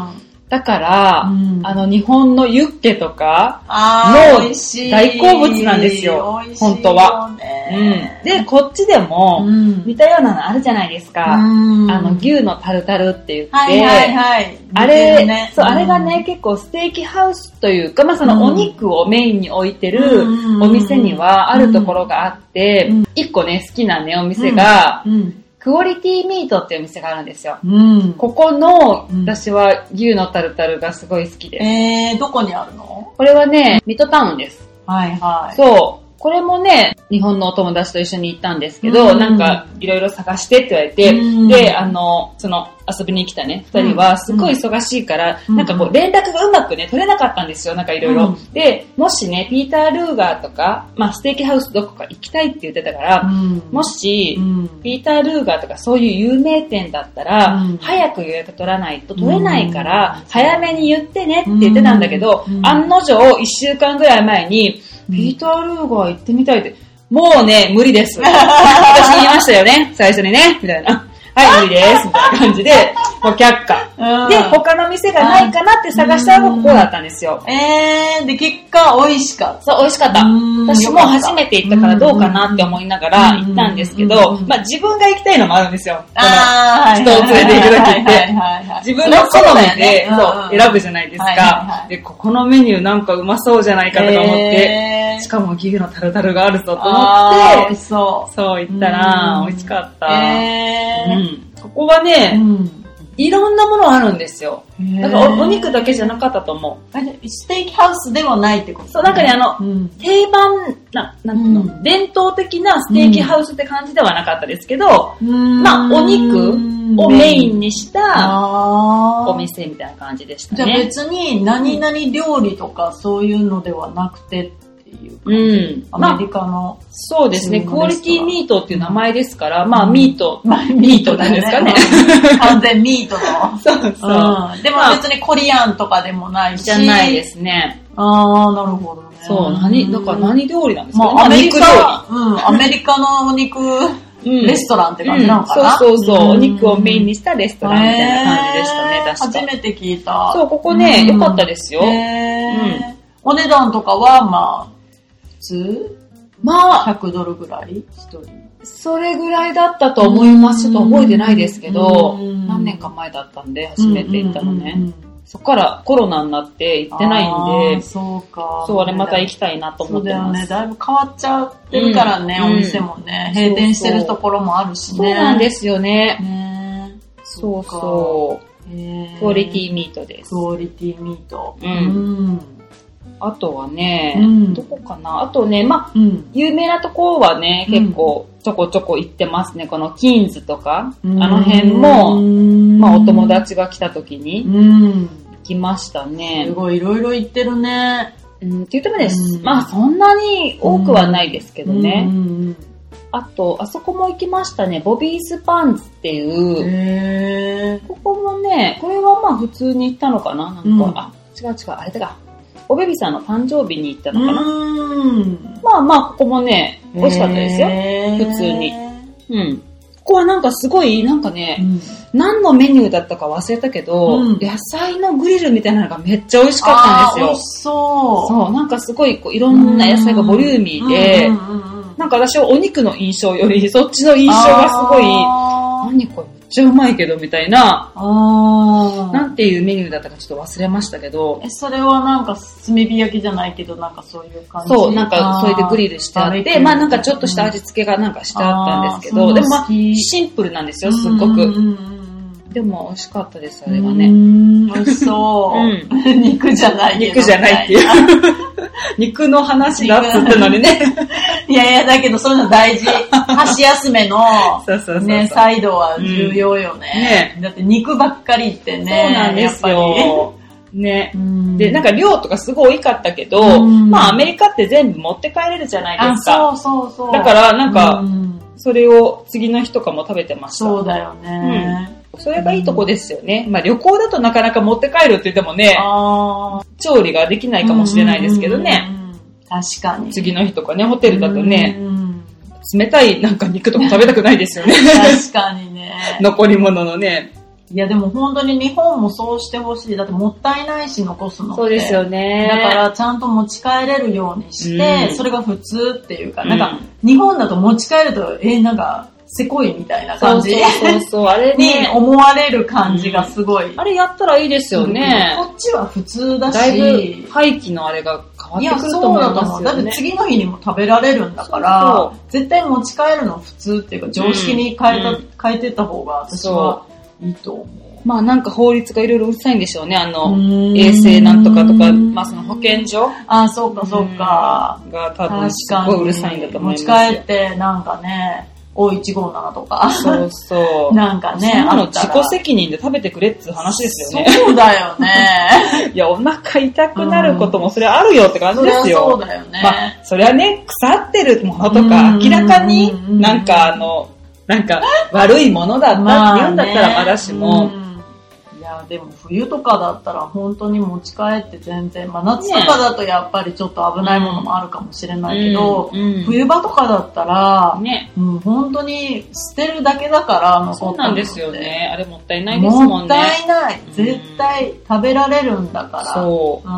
だから、うんあの、日本のユッケとか、あもーう美味しい。大好物なんですよ美味しい本当はようんね。で、こっちでも、ん似たようなのあるじゃないですか。うんあの、牛のタルタルって言って、はいはいはい。あれ、ねそう、あれがね、、結構ステーキハウスというか、まあ、そのうんお肉をメインに置いてうるんうんうんお店にはあるところがあって、一個ね、好きなね、お店が、うん。クオリティミートっていうお店があるんですよ。うん。ここのう、ん私は牛のタルタルがすごい好きです。えー、どこにあるのこれはね、ミッドタウンです。はいはい。そう。これもね、日本のお友達と一緒に行ったんですけど、うんなんか、いろいろ探してって言われて、うんで、あの、その、遊びに来たね、二人は、すごい忙しいから、うんなんかこう、連絡がうまくね、取れなかったんですよ、なんかいろいろ。うんで、もしね、ピーター・ルーガーとか、まあ、ステーキハウスどこか行きたいって言ってたから、もし、うん、ピーター・ルーガーとかそういう有名店だったら、うん早く予約取らないと取れないから、早めに言ってねってうん言ってたんだけど、うん案の定1週間ぐらい前に、うんピーター・ルーガー行ってみたいって、もうね、無理 *laughs* です。私言いましたよね、最初にね、みたいな。はい、無理です、みたいな感じで、もう却下。うんで、他の店がないかなって探したのがここだったんですよ。えー、で、結果、美味しかっそう、美味しかった。うん私も初めて行ったからどうかなって思いながらうん行ったんですけうど、んまあ自分が行きたいのもあるんですよ。た。あー人を連れていくだけってはいはいはいはい自分の好みで、そりゃそうだよねそう、選ぶじゃないですはいはいはか。いで、ここのメニューなんかうまそうじゃないかとか思って、えしかも牛のタルタルがあるぞと思あーっ美て、味しそそう言ったらうん美味しかっう。た。うえん、ここはー。うね、ん。いろんなものあるんですよ。へーだからおお肉だけじゃなかったと思あじゃあステーキハウスではないってことそうなんかねあのうんう。定番な、なんていうの、うん伝統的なステーキハウスって感じではなかったですけど、ままあお肉をメインにしたあーお店みたいな感じでしたじゃあね。別に何々料理とかそういうのではなくてっていうう感じ。ん。まアあメリカの、そうですね、普通クのオリレストテランィミートっていう名前ですから、まあミート。まあミートなんですかね。うん完全ミートだわ。 *laughs* そうそう。うん、でもまあ別にコリアンとかでもないし。じゃないですね。ああ、なるほどね。そう、何、だから何料理なんですまかね。あアメリまカ、うん、アメリカのお肉肉料理。うんレストランって感じなのかな、うんそうそうそう、んお肉をメインにしたレストランみたいな感じでしたへねー、確か初めて聞いた。そう、ここね、うん良かったですよ。へーお値段とかは、まあ、普通まあ、 100ドルぐらい一人。それぐらいだったと思います。ちょっと覚えてないですけど、うん何年か前だったんで、初めて行ったのうんうんね。うんうん。そっからコロナになって行ってないあんーで、そうか。そう、あれまた行きたいなとそ思うっだてよまね。す。だいぶ変わっちゃってるからね、うんお店もね。うん閉店してるところもあるしね。。そうなんですすよね。ねそうそう。ククオリティミートですク。オリティミート。うんん。あとはね、うんどこかなあとね、まあ、うん。有名なとこはね、うん結構ちょこちょこ行ってますね。このキーンズとか、うんあの辺も、うんまあお友。達が来た時にうん。行きましたねす。ごい、いろいろ言ってるね。うん、って言ってもね、うんまあそんなに多くはないですけどね。うんあと、あそこも行きましたね。ボビースパンツってうんうん。いう、へここもね、これはまあ普通に行ったのかななんか、うんあ、違う違う、あれだか。おベビさんの誕生日に行ったーのかな、うん。まあまあ、ここもね、美味しかったですよ。へー普通にうん。ここはなんかすごい、なんかね、うん何のメニューだったか忘れたけど、うん野菜のグリルみたいなのがめっちゃ美味しかっあたんー美で味すしよ。そう。そう、なんかすごいこういろんな野菜がボリューミーで、うんうんうんうんなんか私はお肉の印象よりそっちの印象がすごい、あー何これめっちゃうまいけどみたいな、あーなんていうメニューだったかちょっと忘れましたけど、え、それはなんか炭火焼きじゃないけど、なんかそういう感じそう、なんかそれでグリルルしてああーバーっベキュて、ーまあなんかちょっとした味付けがなんかしてあったんですけど、でもまあシンプルなんですよ、すっごく。でも美味しかったです、あれはね。ね。美味しそう。肉じゃないけ *laughs* ど肉じゃないっていう。肉の話だっつったのにね。 *laughs* いやいや、だけどそういうの大事。箸休めの、そうそうそうそう。ね、サイドは重要よね。だって肉ばっかりってね、そうなんですやっぱよ。ね。りうん。で、なんか量とかすごい多かったけど、うんまあアメリカって全部持って帰れるじゃないであ、すか。そうそうそう。だからなんうか、んそれを次の日とかも食べてました。そうだよね。それがいいとこですよね。まあ旅行だとなかなか持って帰るって言ってもね、あー調理ができないかもしれないですけどね。。うんうんうん確かに。次の日とかね、ホテルだとね、うんうん。冷たいなんか肉とか食べたくないですよね。 *laughs* 確かにね。残り物 *laughs* のね。いやでも本当に日本もそうしてほしい。だってもったいないし残すのって。そうですよね。だか、らちゃんと持ち帰れるようにして、うんそれが普通っていうか、うんなんか日本だと持ち帰ると、えー、なんか、せこいみたいなそ感うじそうそうそう、あれ *laughs* にね、思われる感じがすごい。あれやったらいいですよね。こっちは普通だし、だいぶ廃棄のあれがい変わっや、てくるとそう思いだとま思すう。だよってね。次の日にも食べられるんだから、そう絶対持ち帰るの普通っていうか、常識に変えた、う変えてった方が私はいいと思まあなんか法律がいろいろうるさいんでしょうね。あの、う。衛生なんとかとか、まあその保健所ああ、そうかそうか。が多確分すかごに。いうるさいんだと思いますよ。持ち帰って、なんかね、O157 とか、そうそう。なんかね、そんなあのった自ら己責任で食べてくれっつう話ですよね。そうだよね。いや、お腹痛くなることもそれ *laughs* あるよって感じそでりゃすよ。そうだよね。まあ、それはね、腐ってるものとうか、ん明らかにうんなんかあの、なんか悪いものだったって言うんだったらまだしもね、うんいや、でも冬とかだったら本当に持ち帰って全然、まあ夏とかだとやっぱりちょっと危ないものもあるかもしれないけど、うん冬場とかだったら、ね、うん、本当に捨てるだけだから残ったそのうってなんですよ。ね。あれもったいないですももんっね。たいない。ん絶対食べられるんだから。そう。う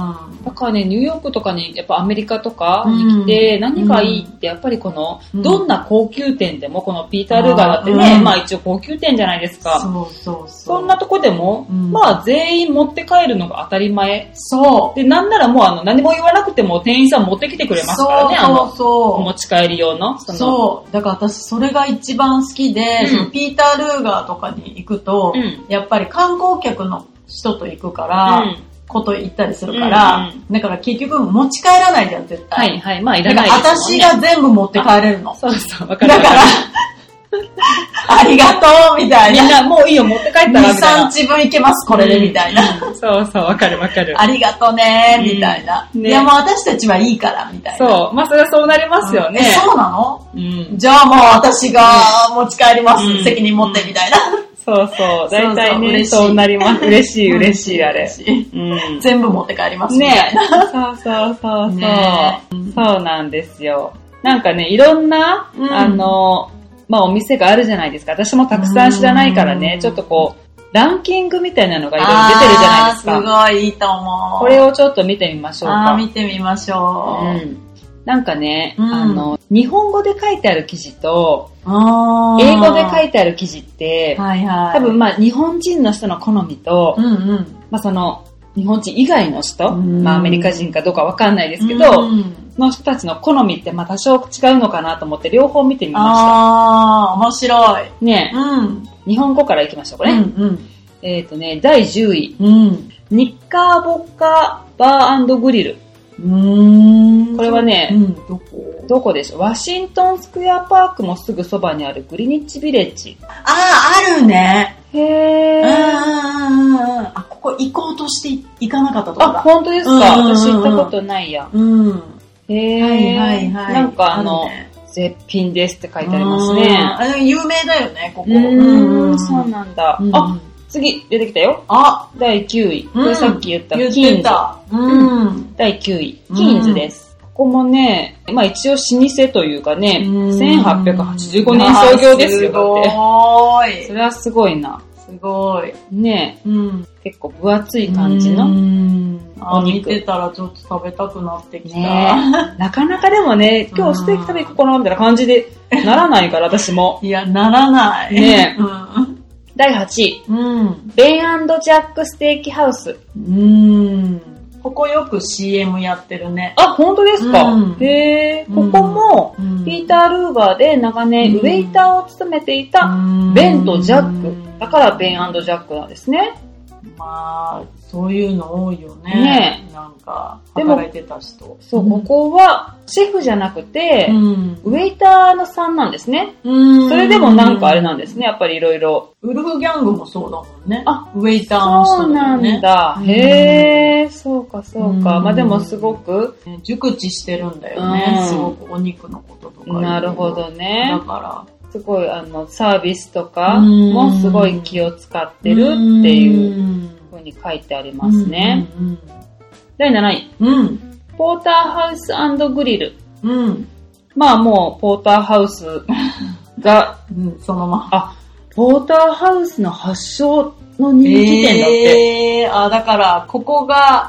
だからね、ニューヨークとかに、やっぱアメリカとかうんに来て、何がいいって、やっぱりこの、うんどんな高級店でも、このピーター・ルーガーだってね、うんまあ一応高級店じゃないですか。ん。そうそうそう。そんなとこでも、うんまは全員持って帰るのが当たり前。そう。で、なんならもうあの何も言わなくても店員さん持ってきてくれますからね、あそうの、そうおそう持ち帰り用の。そのそう。だから私、それが一番好きで、うんそのピーター・ルーガーとかに行くと、うんやっぱり観光客の人と行くかうら、んこと行ったりするから、うんだから結局持ち帰らないじゃん、絶は対。いはい。まあ、いらだかないら私ですもんね。が全部持って帰れるの。そうそう、わかだるかわらか、ありがとうみたる。いみんな。な、もういいよ、持って帰ったら、みたい2、3な。日分いけます、これで、みたいな。そうそう、わかるわかる。ありがとねうんみたいな。ねいや、もう私たちはいいから、みたいな。そう、まあ、それはそうなりますよねえ。そうなのうん。じゃあもう私が持ち帰ります、うん責任持ってみたいな。そうそう、だいたいね、そそうそう嬉しいうなります。嬉しい、嬉しい、あれ。嬉しいうん。全部持って帰りますみた *laughs* ねいな。そうそうそうそう、ねそうなんですよ。なんかね、いろんな、うんあの、まあお店があるじゃないですか。私もたくさん知らないからね、うんちょっとこう、ランキングみたいなのがいろいろ出てるじゃないですか。あーすごいいいと思う。これをちょっと見てみましょうあーか。見てみましょうう。んなんかね、うんあの、日本語で書いてある記事と、あー英語で書いてある記事って、はいはい。多分、まあ日本人の人の好みと、うんうん。まあその、日本人以外の人、うんまあアメリカ人かどうかわかんないですけど、うんの人たちの好みってまあ多少違うのかなと思って両方見てみまあー、面白い。した。ねうん。日本語からいきましょう、こうれ。んえっ、とね、第10位。うん。ニッカーボッカーバーグリル。うん。うーんこれはねうん、どこどこでしょうワシントンスクエアパークもすぐそばにあるグリニッチビレッジ。あー、あるね。へうんうんー。うんうんうん。あ、ここ行こうとして行かなかったとこあ、だ。本当ですか、うんうんうん私行ったことないや。うん。へー。はいはいはい。なんかあの、るね絶品ですって書いてありますね。うんあでも有名だよね、ここ。うーん、そうだ。なんだ。あ、あ、次、出てきたよ。あ、第9位。こうれんさっき言った、言っキーンてズた。うん。第9位、うんキーンズです。ここもね、まあ一応老舗というかね、1885年創業ですよ、だって。あすごーそい。れはすごいな。すごい。ねうん。結構分厚い感じうの。んあお見肉てたらちょっと食べたくなってきた。ねなかなかでもね、今日ステーキ食べに行こうかな、みたいな感じでならないから、私も。いや、ならない。ねうん。第8位、うん。ベンジャックステーキハウス。うん。ここよく CM やってるね。あ、本当ですか、うんへえ、ここも、ピーター・ルーガーで長年、うんウェイターを務めていた、ーベンとジャック。だからベンジャックなんですね。まあ、そういうの多いよね。ねなんか、でも働いてた人。そう、ここはシェフじゃなくて、うん。ウェイターのさんなんですね。うんそれでもなんかあれなんですね、やっぱりいろいろ。ウルフギャングもそうだもんね。あ、ウェイターのそ人うだなよね。んだ。うんへー、そうかそうか。うんまあでもすごく、ね熟知してるんだよね。うんすごくお肉のこととか。なるほ。どだね。かすごい、あの、サービスとかうんもすごい気を使っら。てるっていううん。ふうに書いてありますね。うん。第7位、うん。ポーターハウスグリル。うん。まあもう、ポーターハウスがうん。そのまま。 *laughs* ポーターハウスの発祥の人気店だって。えー、あ、だから、ここが、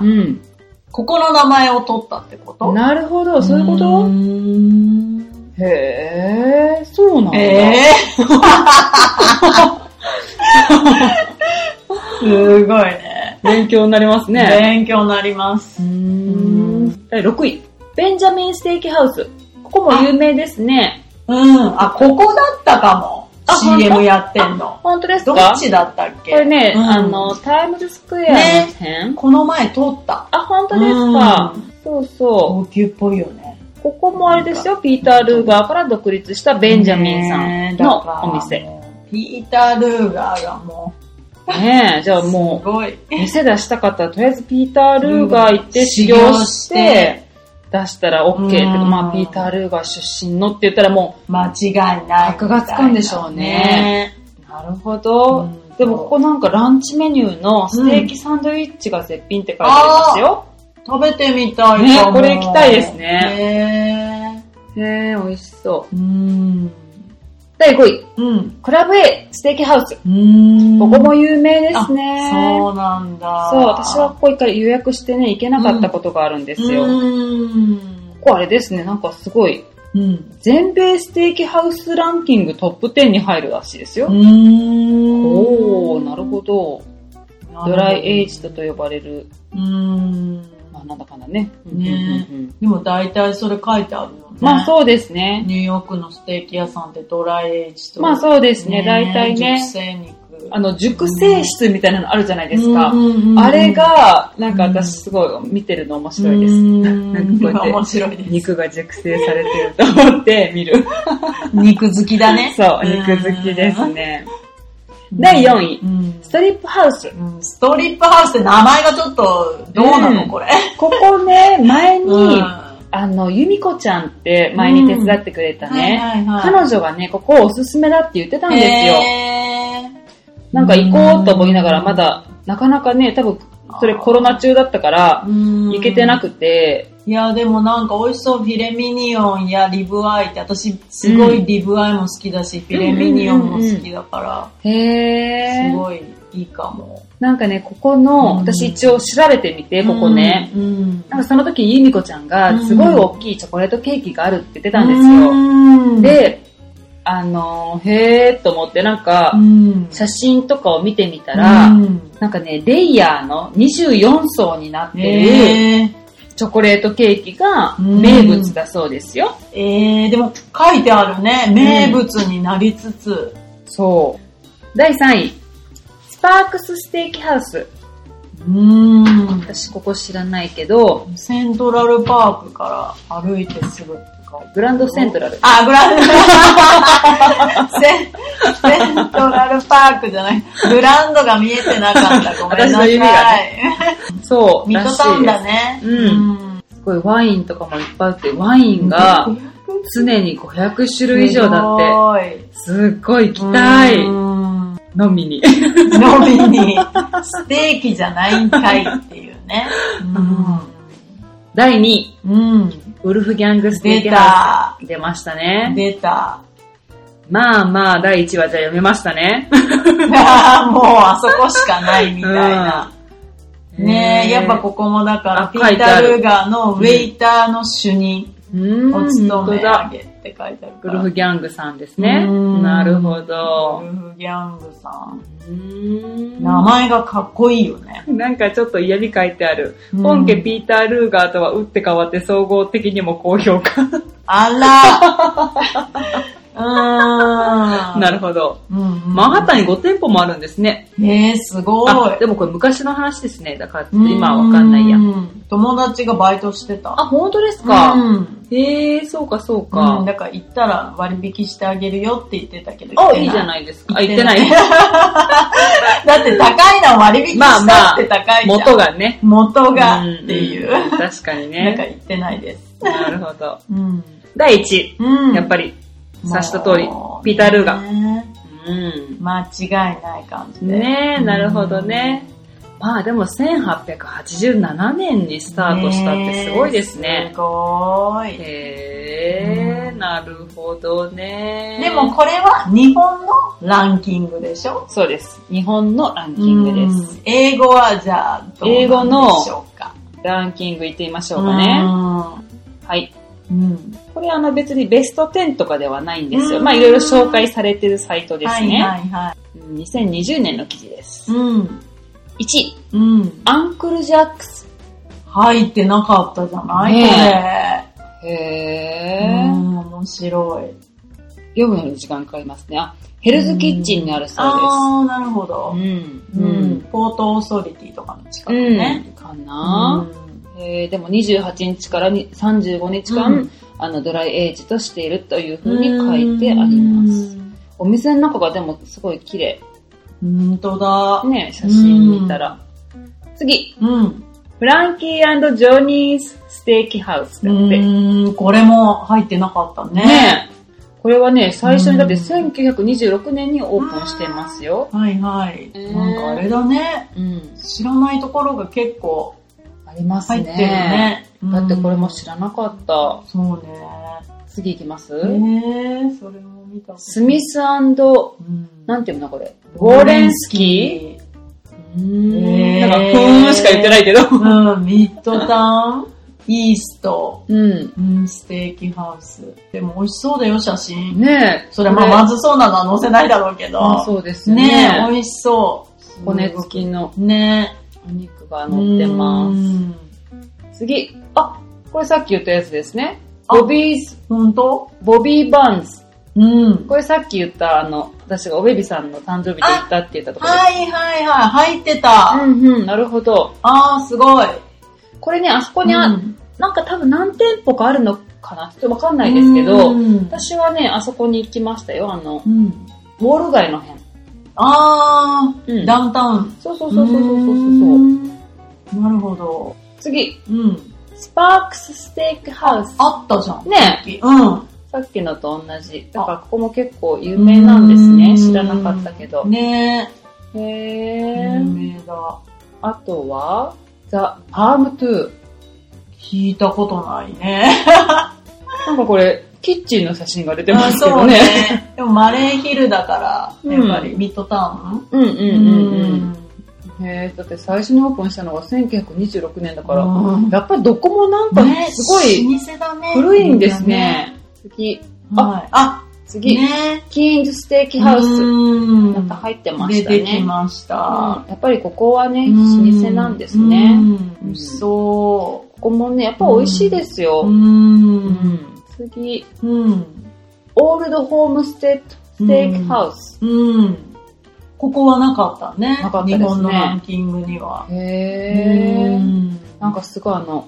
ここの名前を取ったってこうん。となるほど、そういうこととへえ、そうなんだ。ええすごいね。勉強になりますね。勉強になりますう。ーん第6位。ベンジャミンステーキハウス。ここも有名ですね。うん。あ、ここだったかもあ。本当 CM やってんの。本当ですどかっちだったっけこれね、うんあの、タイムズスクエアのね辺、この前通った。あ、本当ですか。そうそ高級っぽいよね。う。ここもあれですよ、ピーター・ルーガーから独立したベンジャミンさねんえだからのお店。ピーター・ルーガーがもねえ、じゃあう、もうす、ごい。 *laughs* 店出したかったら、とりあえずピーター・ルーガー行って修行して、出したら OK って、うんまあピーター・ルーガー出身のって言ったらも間違いないみたいな。箔がつくんでしょうねう、なるほど。うんでもここなんかランチメニューのステーキサンドイッチが絶品って書いてありま食べてみたいねかもこれ行きたいですね。すよ。へえ、美味しそう。うーん。第5位、うん。クラブ A ステーキハウス。うーんここも有名ですね。そうなんだ。そう、私はここ一回予約してね、行けなかったことがあるんですよ。うこーん。こあれですね、なんかすごい、うん。全米ステーキハウスランキングトップ10に入るらしいですよ。うーん。おー、なるほど。ドライエイジドと呼ばれる、うん。まあ、なんだかんだね。ねうんうんうんでも大体それ書いてあるよね。まあそうですね。ニューヨークのステーキ屋さんでドライエイジと。まあそうですね。大体熟ね、成肉。あの、熟成室みたいなのあるじゃないでですか。あれ、が、なんか私すごい見てるの面白いです。 *laughs* なんかこうやって面白いです。肉が熟成されてると思って見る。 *laughs* 肉好きだね。そう、肉好きですね。第四位うんストリップハウス。うんストリップハウスって名前がちょっと、どうなの、うんこれ。ここね、前に、うんあの、由美子ちゃんって前に手伝ってくれたね。はいはいはい彼女がね、ここおすすめだって言ってたんですよ。へーなんか行こうと思いながら、まだ、なかなかね、多分、それコロナ中だったから、うん行けてなくて、いや、でもなんか美味しそう。フィレミニオンやリブアイって、私すごいリブアイも好きだし、フィレミニオンも好きだから、へすー。ごいいいかも。なんかね、ここの、うん私一応調べてみて、ここね。うん。うん。なんかその時、ゆみこちゃんが、うんすごい大きいチョコレートケーキがあるって言ってたんですうんよ。、で、あのー、へーと思って、なんかう、ん。写真とかを見てみたら、うんなんかね、レイヤーの24層になってるえーチョコレートケーキがうん名物だそうですよ。えー、でも書いてあるね。名物になりつつ。そう。第3位。スパークスステーキハウス。うん。私ここ知らないけど、セントラルパークから歩いてすぐって書いてあるグランドセントラル。あ、グランドセン、セントラルパークじゃない。グランドが見えてなかった。ごめ私んなのさい。指がそう、ミらッしドタウいンでだす。ね。うんん。すごいワインとかもいっぱいあって、ワインが常に500種類以上だって。って。すっごい行きた痛い。い。飲のみに。 *laughs* みに、ステーキじゃないんかいっていうね。第2位。うん。うん。ウルフギャングステー出キハたウ。ス。出ましたね。出た。 *laughs* まあまあ、第1話じゃあ読めましたね。あーもうあそこしかないみたいな。 *laughs* ねえ、やっぱここもだから、あピ書いーてあタ・るルーガーのウェイターの主任うーん、を務本当め上だ。げって書いてあるウかルら。フギャングさんですね。うんなるほウど。ルフギャングさん。うーん名前がかっこいいよね。なんかちょっと嫌味書いてある。うん本家ピーター・ルーガーとは打って変わって総合的にも高評価。 *laughs* あらうーん。なるほど。ど。うん。マンハッタンに5店舗もあるんですね。えー、すごあい、。でもこれ昔の話ですね。だからちょっと今はわかんないやう。ん。友達がバイトしてた。あ、本当ですうか。ん。へえ、そうかそううかん。だから行ったら割引してあげるよって言ってたけど。あ、いいじないゃないですか。あ、言ってない。だって高いの割引まあしまたあって高いじゃん。元がね。元がっていう。んん確かになんね。か言ってないです。なるほど。うん。第1う位。やっぱり、察した通り、ピーター・ルーガ。うん。間違いない感じで。ねえ、なるほどね。まあでも1887年にスタートしたってすごいですえね。すごい。へえ、なるほどね。でも、これは日本のランキングでしょそうです。日本のランキングです。うん英語はじゃあどう英語のなんでしょうか。ランキングいってみましょうかね。はい。うん。うん。これあの別にベスト10とかではないんですよ。うんまあいろいろ紹介されてるサイトですはいはね。いはうん2020年の記事ですい。。うん。 1位、うん。アンクルジャックス。入ってなかったじゃない、ねえこれ。へうん、面白い。読むのに時間かかりますね。あ、ヘルズキッチンにあるそうああ、なるほど。です。ううんん。、ポートオーソリティとかの近うくん。ね。かうな、えーでも28日からに35日間、うんあの、ドライエイジとしているという風に書いてあります。。お店の中がでもすごい綺麗。本当だ。ね、写真見たら。次、うん。フランキージョニーズステーキハウスだって。うん、これも入ってなかったね。ねえこれはね、最初にだってうん1926年にオープンしてますよ。はいはい。ねなんかあれだね。うん。知らないところが結構あります入ね。ってるね。だってこれも知ららなかった。そうね。次行きます、えー、それも見たことスミスなんてうんいうのこれ。ウォーレンスキーうーへーん。なんか、ふーんしか言ってないけど。うん、ミッドタ *laughs* ウン、イースト、うん。うん、ステーキハウス。でも美味しそうだよ、写真。ねえ。それ、まあ、まずそうなのは載せないだろうけど。あ、そうですね。ねえ美味しそう。骨付きのね。お肉が乗ってます。次、あ、これさっき言ったやつですね。あボビー、す。ほんとボビーバーンズ。うん。これさっき言った、あの、私がおべびさんの誕生日で行ったって言ったところです。はいはいはい。入ってた。うんうん、なるほど。あー、すごい。ここれね、あそこにあ、うん、なんか多分何店舗かあるのかなちょっとわかんないですけど、うん。私はね、あそこに行きましたよ。あのう、んウォール街の辺。あうー、んダウンタウン。そうそうそうそうそうそうそう。そう。なるほど。次、うん。スパークスステーキハウス。あったじゃん。ねうん。さっきのと同じ。だからここも結構有名なんですうね。ん知らなかったけど。ねへえ。え。有名だ。あとは、ザ・パームトゥー。聞いたことないね。なんかこれ、キッチンの写真が出てまあすけそどうね。ね。でもマレーヒルだから、やっぱりミッドタウ *laughs* うンんうんううんうん。へえ、だって最初にオープンしたのが1926年だから、うんやっぱりどこもなんかねすごい老舗だね。古いんですね。次、はい。あ、次、ね。キーンズステーキハウス。スまた入ってま出したてきね。ました。うんやっぱりここはね、老うん舗なんですね。。うん美味しそここもね、やっぱ美味しいですう。うよ。ん。次、うん。オールドホームステステーキハウス。うん。ここはなかったね。なかったですね日本のランキングには。へー。うんなんかすごいあの、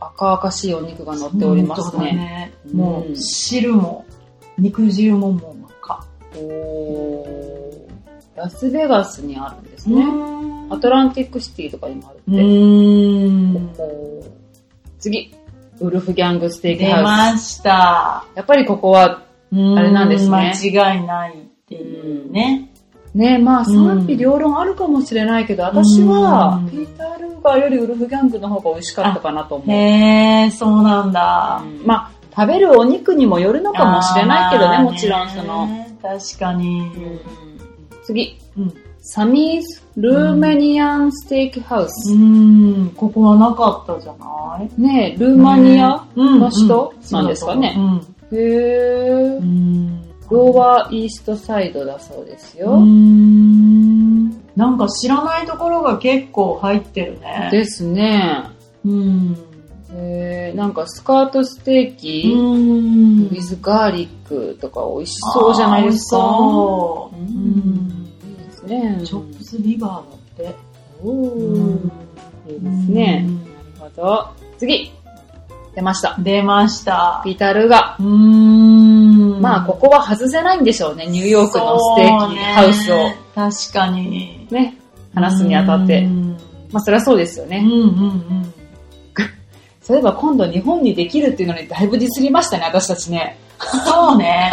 赤々しいお肉が乗っております本当だね。ねうんもう、汁も、肉汁ももうか。おーラスベガスにあるんですねね。。アトランティックシティとかにもあるうって。ーん。ここ次、ウルフギャングステーキ出ハウました。ス。やっぱりここは、あれなんですね間違いないっていうね。ね、まあうん賛否両論あるかもしれないけど、私はうん、ピーター・ルーガーよりウルフギャングの方が美味しかったかなと思う。へえ、そうなんだ。うんまあ、食べるお肉にもよるのかもしれないけどね、もちろんその。。確かに。次、うん。サミーズ・ルーメニアン・ステーキハウス。うん、ここはなかったじゃないねえルーマニアのの人なんですかね。へうー。ん。ローワー・イースト・サイドだそうですうーよ。んなんか知らないところが結構入ってるね。ですね。うん。へーなんかスカートステーうキ、ウんィズガーリックとか美味しそうじゃないですか。あー美味しそうんう。いいですね。チョップスリバーだって。おーいいでうんすね。なるほど。次出ました。出ました。ピーター・ルーガ。うーん。まあ、ここは外せないんでしょうね。ニューヨークのステーキハウスをそうね確かに。ね、話すにあたっうて。んまあ、そりゃそうですようね。んうんそういえば今度日本にできるっていうのにだいぶディスりましたね、私たちね。うん。そうね。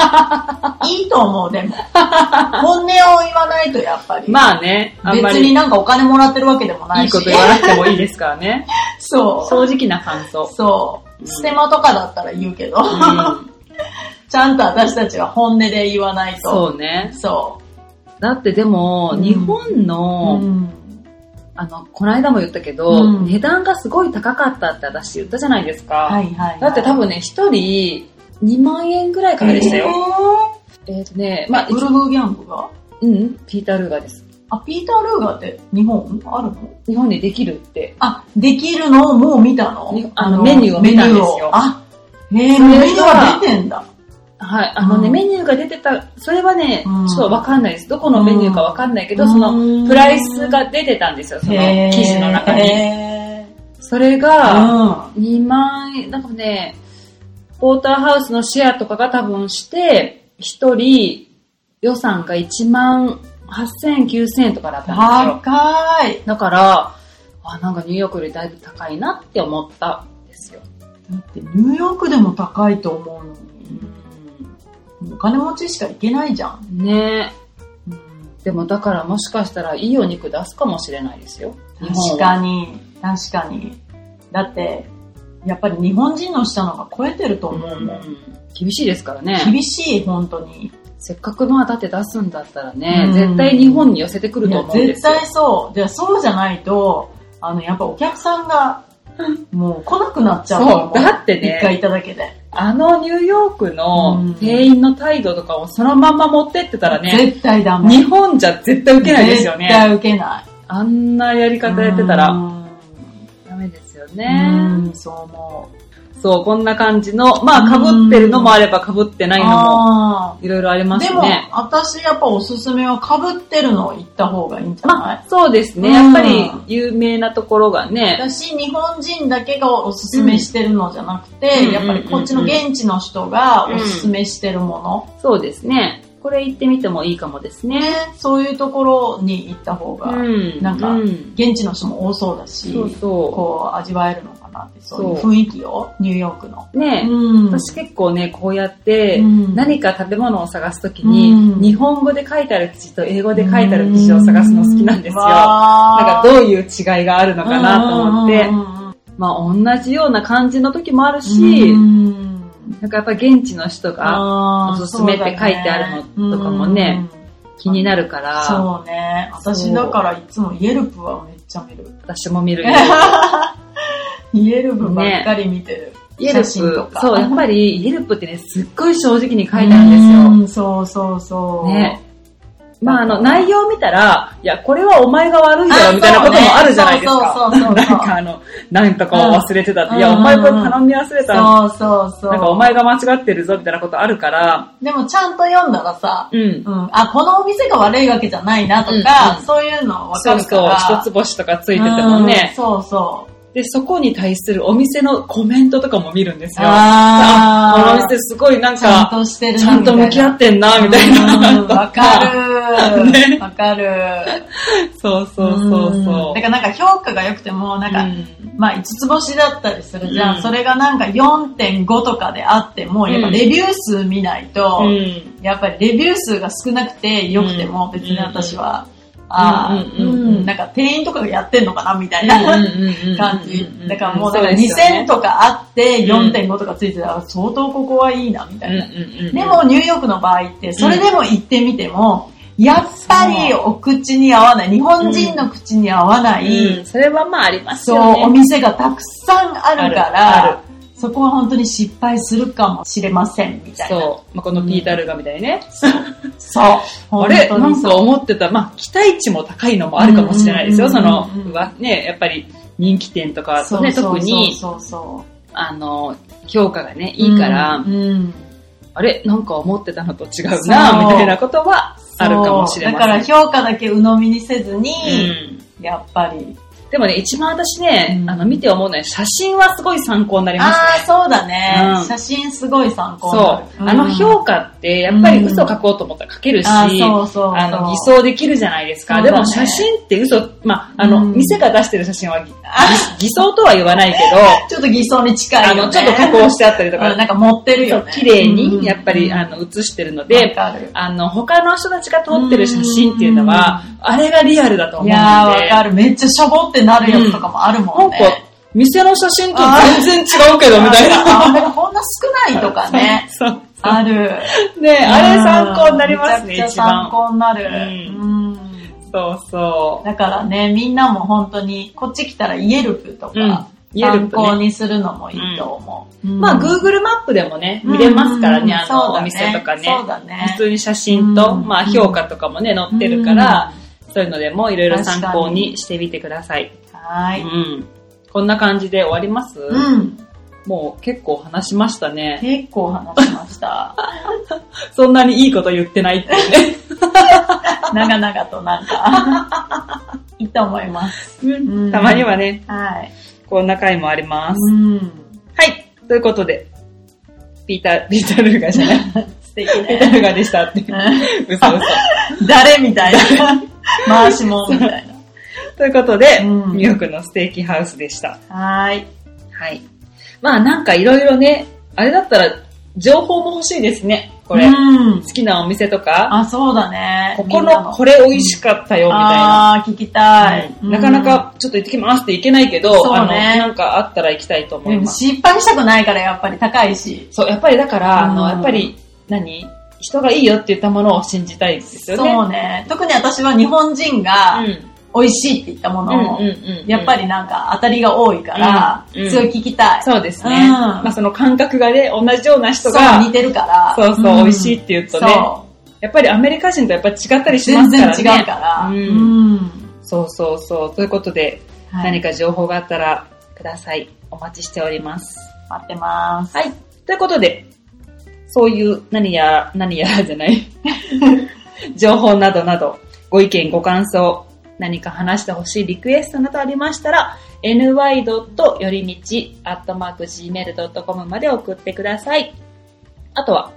いいと思う、でも。本音を言わないと、やっぱり。まあね、あんま別りにいいなんかお金もらってるわけでもないし。こと言わなくてもいいですからね。 *laughs* そう。正直な感想。そう。ステマとかだったら言うけど、ちゃんと私たちは本音で言わないと。そうね。そだってでも、うん日本う。の、んあの、この間も言ったけど、うん値段がすごい高かったって私言ったじゃないですか。はいはいはい。だって多分ね、一人2万円ぐらいからでしたよ。えっ、とね、まあえー。、ウルフギャングがうん、ピーター・ルーガーです。あ、ピーター・ルーガーって日本あるの日本にできるって。あ、できるのをもう見たのにあのメニューをメ見ニュたんでーすよをあ、へそえ、メれがニューが出てんだ。はい、あのね、うんメニューが出てた、それはね、うんちょっとわかんないです。どこのメニューかわかんないけど、うんその、プライスが出てたんですよ、そのへー記事の中に。へそれーが、うん2万円、なんかね、ウォーターハウスのシェアとかが多分して、1人予算が1万8000円、9000円とかだったんですよ。高い。だから、あ、なんかニューヨークよりだいぶ高いなって思ったんですよ。だってニューヨークでも高いと思うのに。お金持ちしか行けないじゃん。ねでもだからもしかしたらいいお肉出すかもしれないですよ。確かに、確かに。だって、やっぱり日本人のしたのが超えてると日思う本もは。ん。うん厳しいですからね。厳しい、本当に。せっかくまあだって出すんだったらね、うん絶対日本に寄せてくるいとや思うんで絶すよ。対そう。じゃあそうじゃないと、あの、やっぱお客さんが、もう来なくなっちゃうとそ思う。だってね。一回行っただけで。あのニューヨークの店員の態度とかをそのまま持ってってたらね、絶対ダメ。日本じゃ絶対受けないですよ絶ね。対受けない。あんなやり方やってたうらんダメですようね。ん、そう思う。そう、こんな感じの、まあ被ってるのもあれば被ってないのもあいろいろありーますでね。も、私やっぱおすすめは被ってるのを言った方がいいんじゃない、まあ、そうですね。うんやっぱり有名なところがね。私、日本人だけがおすすめしてるのじゃなくて、うんやっぱりこっちの現地の人がおすすめしてるもの、そうですね。これ行ってみてもいいかもですねね。、そういうところに行った方うが、ん。なんかうん現地の人も多そうだし、そうそこう味わえるのかなって、そういうそう雰囲気を、ニューヨークの。う。ね、うん私結構ね、こうやって、うん何か食べ物を探すときに、うん日本語で書いてある記事と英語で書いてある記事を探すの好きなんですよ。なんかなんどういう違いがあるのかなと思って、思っまあ同じような感じの時もあるてし、うんなんかやっぱ現地の人があーおすすめって書いてあるのとかもね、気になるから、そうだねうんそうね。私だからいつもイエルプはめっちゃ見る。私も見るよ。 *laughs* イエルプばっかり見てる。 *laughs* イエルプ、写真とかそう、やっぱりイエルプってね、すっごい正直に書いてあるんですよ。ですよ。そうそうそう。ね。まあ、あの、内容見たら、いや、これはお前が悪いだろ、みたいなこともあるじゃないですそうか。ねそうそうそうそ *laughs* うなんかあの、なんとかを忘れてたって、うんいや、お前これ頼み忘れた、なんそうそうそう。かお前が間違ってるぞ、みたいなことあるから、でもちゃんと読んだらさ、うん。うん、あ、このお店が悪いわけじゃないなとか、うんうんそういうの分そかうるかそう、ら。一つ星とかついててもうんね、そうそう。で、そこに対するお店のコメントとかも見るんですよ。あこーのお店すごいなんちゃんか、としてるなちゃんと向き合ってんな、みたいな。うんわかねる。わかる。 *laughs* そうそうそうそんうだ。からなんか評価が良くても、なんか、うんまあ5つ星だったりするじゃん。うんそれがなんか4.5とかであっても、やっぱレビュー数見ないと、うんやっぱりレビュー数が少なくて良くても、別に私は、あーうんうんうんうんなんか店員とかがやってんのかなみたいな。感感じ。だからもう、だから2000とかあって4.5とかついてたら相当ここはいいな、みたいな。でもニューヨークの場合って、それでも行ってみても、やっぱりお口に合わない、日本人の口に合わない、それはまあありますそうよ、ね。お店がたくさんあるかあるあら、そこは本当に失敗するかもしれません、みたいな。そう。まあ、このピーター・ルガみたいにね。そう。あ本れ当なにんそうか思ってた、まあ、期待値も高いのもあるかもしれないですよ。うんそのうん、うわね、やっぱり人気店とかだとね、そうそう特に、そうそうあの、評価がね、いいから、うんうんあれなんか思ってたのと違うな、そみうたいなことはあるかもしれません。そうだから評価だけ鵜呑みにせずに、うんやっぱり。でもね、一番私ね、うんあの、見て思うのは写真はすごい参考になりますね。ああ、そうだね、うん写真すごい参考になそるう。あの評価って、やっぱり嘘書こうと思ったら書けるし、あーそうそうそうあの、偽装できるじゃないですか。そうでだねも写真って嘘、まあ、あの、うん店が出してる写真は偽偽装とは言わない *laughs* けど、ちょっと偽装に近あいよ、ね。の、ちょっと加工してあったりとうんなか、んか持ってるよね。綺麗うんに、やっぱり、あ、の、写してるのでで、、あの、他の人たちが撮ってる写真っていうのは、あれがリアルだと思ういんで、やー、わかる。めっちゃしょぼってなるやつとかもあるもんね。なんか、店の写真と全然違うけど、みたいな。。あー *laughs* なんかこんな少ないとかねそう。ある。ねあれ参考になりますね、めちゃく一ちゃ参番。考になる。ううんそうそう。だからね、みんなも本当に、こっち来たらイエルプとうんか、イエルプね参考にするのもいいと思う。うんまあ、Google マップでもね、見れますからね、あそうの、だお店とかそうね。だね普。通に写真と、うんまあ、評価とかもね、載ってるから、そういうのでもいろいろ参考にしてみてください。うはーい。ん。こんな感じで終わりますうん。もう結構話しましたね。結構話しました。 *laughs* そんなにいいこと言ってないっていうね。長々となんか、 *laughs* いいと思います。 *laughs* うん *laughs* たまにはね、はい。こんな回もあります。うん。はい。ということで、ピーター、ピータールーガじ *laughs* ゃない。素敵ピーね。 *laughs* タールーガでしたって。嘘嘘。誰みたいな。 *laughs* 回しもんみたいな。ということで、うんニューヨークのステーキハウスでした。はーい。はい。まあなんかいろいろね、あれだったら情報も欲しいですね、これ。うん好。きなお店とか、あ、そうだね。ここみんなのこれ美味しかったよみたいな。あー、聞きたい。うんなかなかちょっと行ってきますって行けないけど、そうねあの、なんかあったら行きたいと思ういん、ます。失敗したくないからやっぱり高いし。そう、やっぱりだから、あうの、んやっぱり、何人がいいよって言ったものを信じたいですよね。そうね。特に私は日本人が、うん。美味しいって言ったものを、やっぱりなんか当たりが多いから、うんうんそれ聞きたい。そうですね。うんまあその感覚がね、同じような人そうが、似てるから。そうそう、美味しいいって言うとね、やっぱりアメリカ人とやっぱり違ったりしま全すか然らね。違うから。うんうんそうそうそう。ということで、はい何か情報があったらください。お待ちしております。待ってます。はい。ということで、そういう何や、何やら *laughs* じゃ *laughs* ない、情報などなど、ご意見、ご感想、何か話してほしいリクエストなどありましたら、ny. よりみち、アットマーク gmail.com まで送ってください。あとは、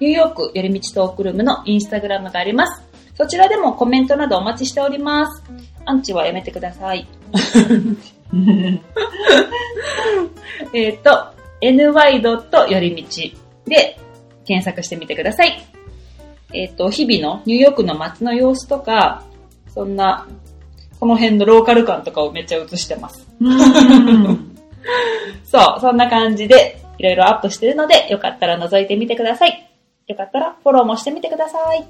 ニューヨークよりみちトークルームのインスタグラムがあります。そちらでもコメントなどお待ちしております。アンチはやめてください。 *laughs* えっ、と、ny. よりみちで検索してみてください。えっ、と、日々のニューヨークの街の様子とか、そんな、この辺のローカル感とかをめっちゃ映してます。うんそう、そんな感じで、いろいろアップしてるので、よかったら覗いてみてください。よかったらフォローもしてみてください。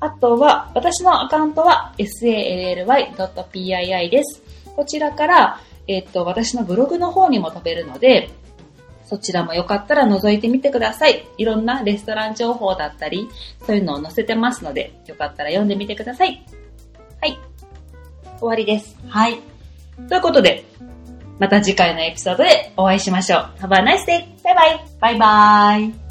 あとは、私のアカウントは sally.pii です。こちらから、えっと、私のブログの方にも飛べるので、そちらもよかったら覗いてみてください。いろんなレストラン情報だったり、そういうのを載せてますので、よかったら読んでみてください。はい。終わりです。 *laughs* はい。ということで、また次回のエピソードでお会いしましょう。Have a nice day! バイバイバイバイ。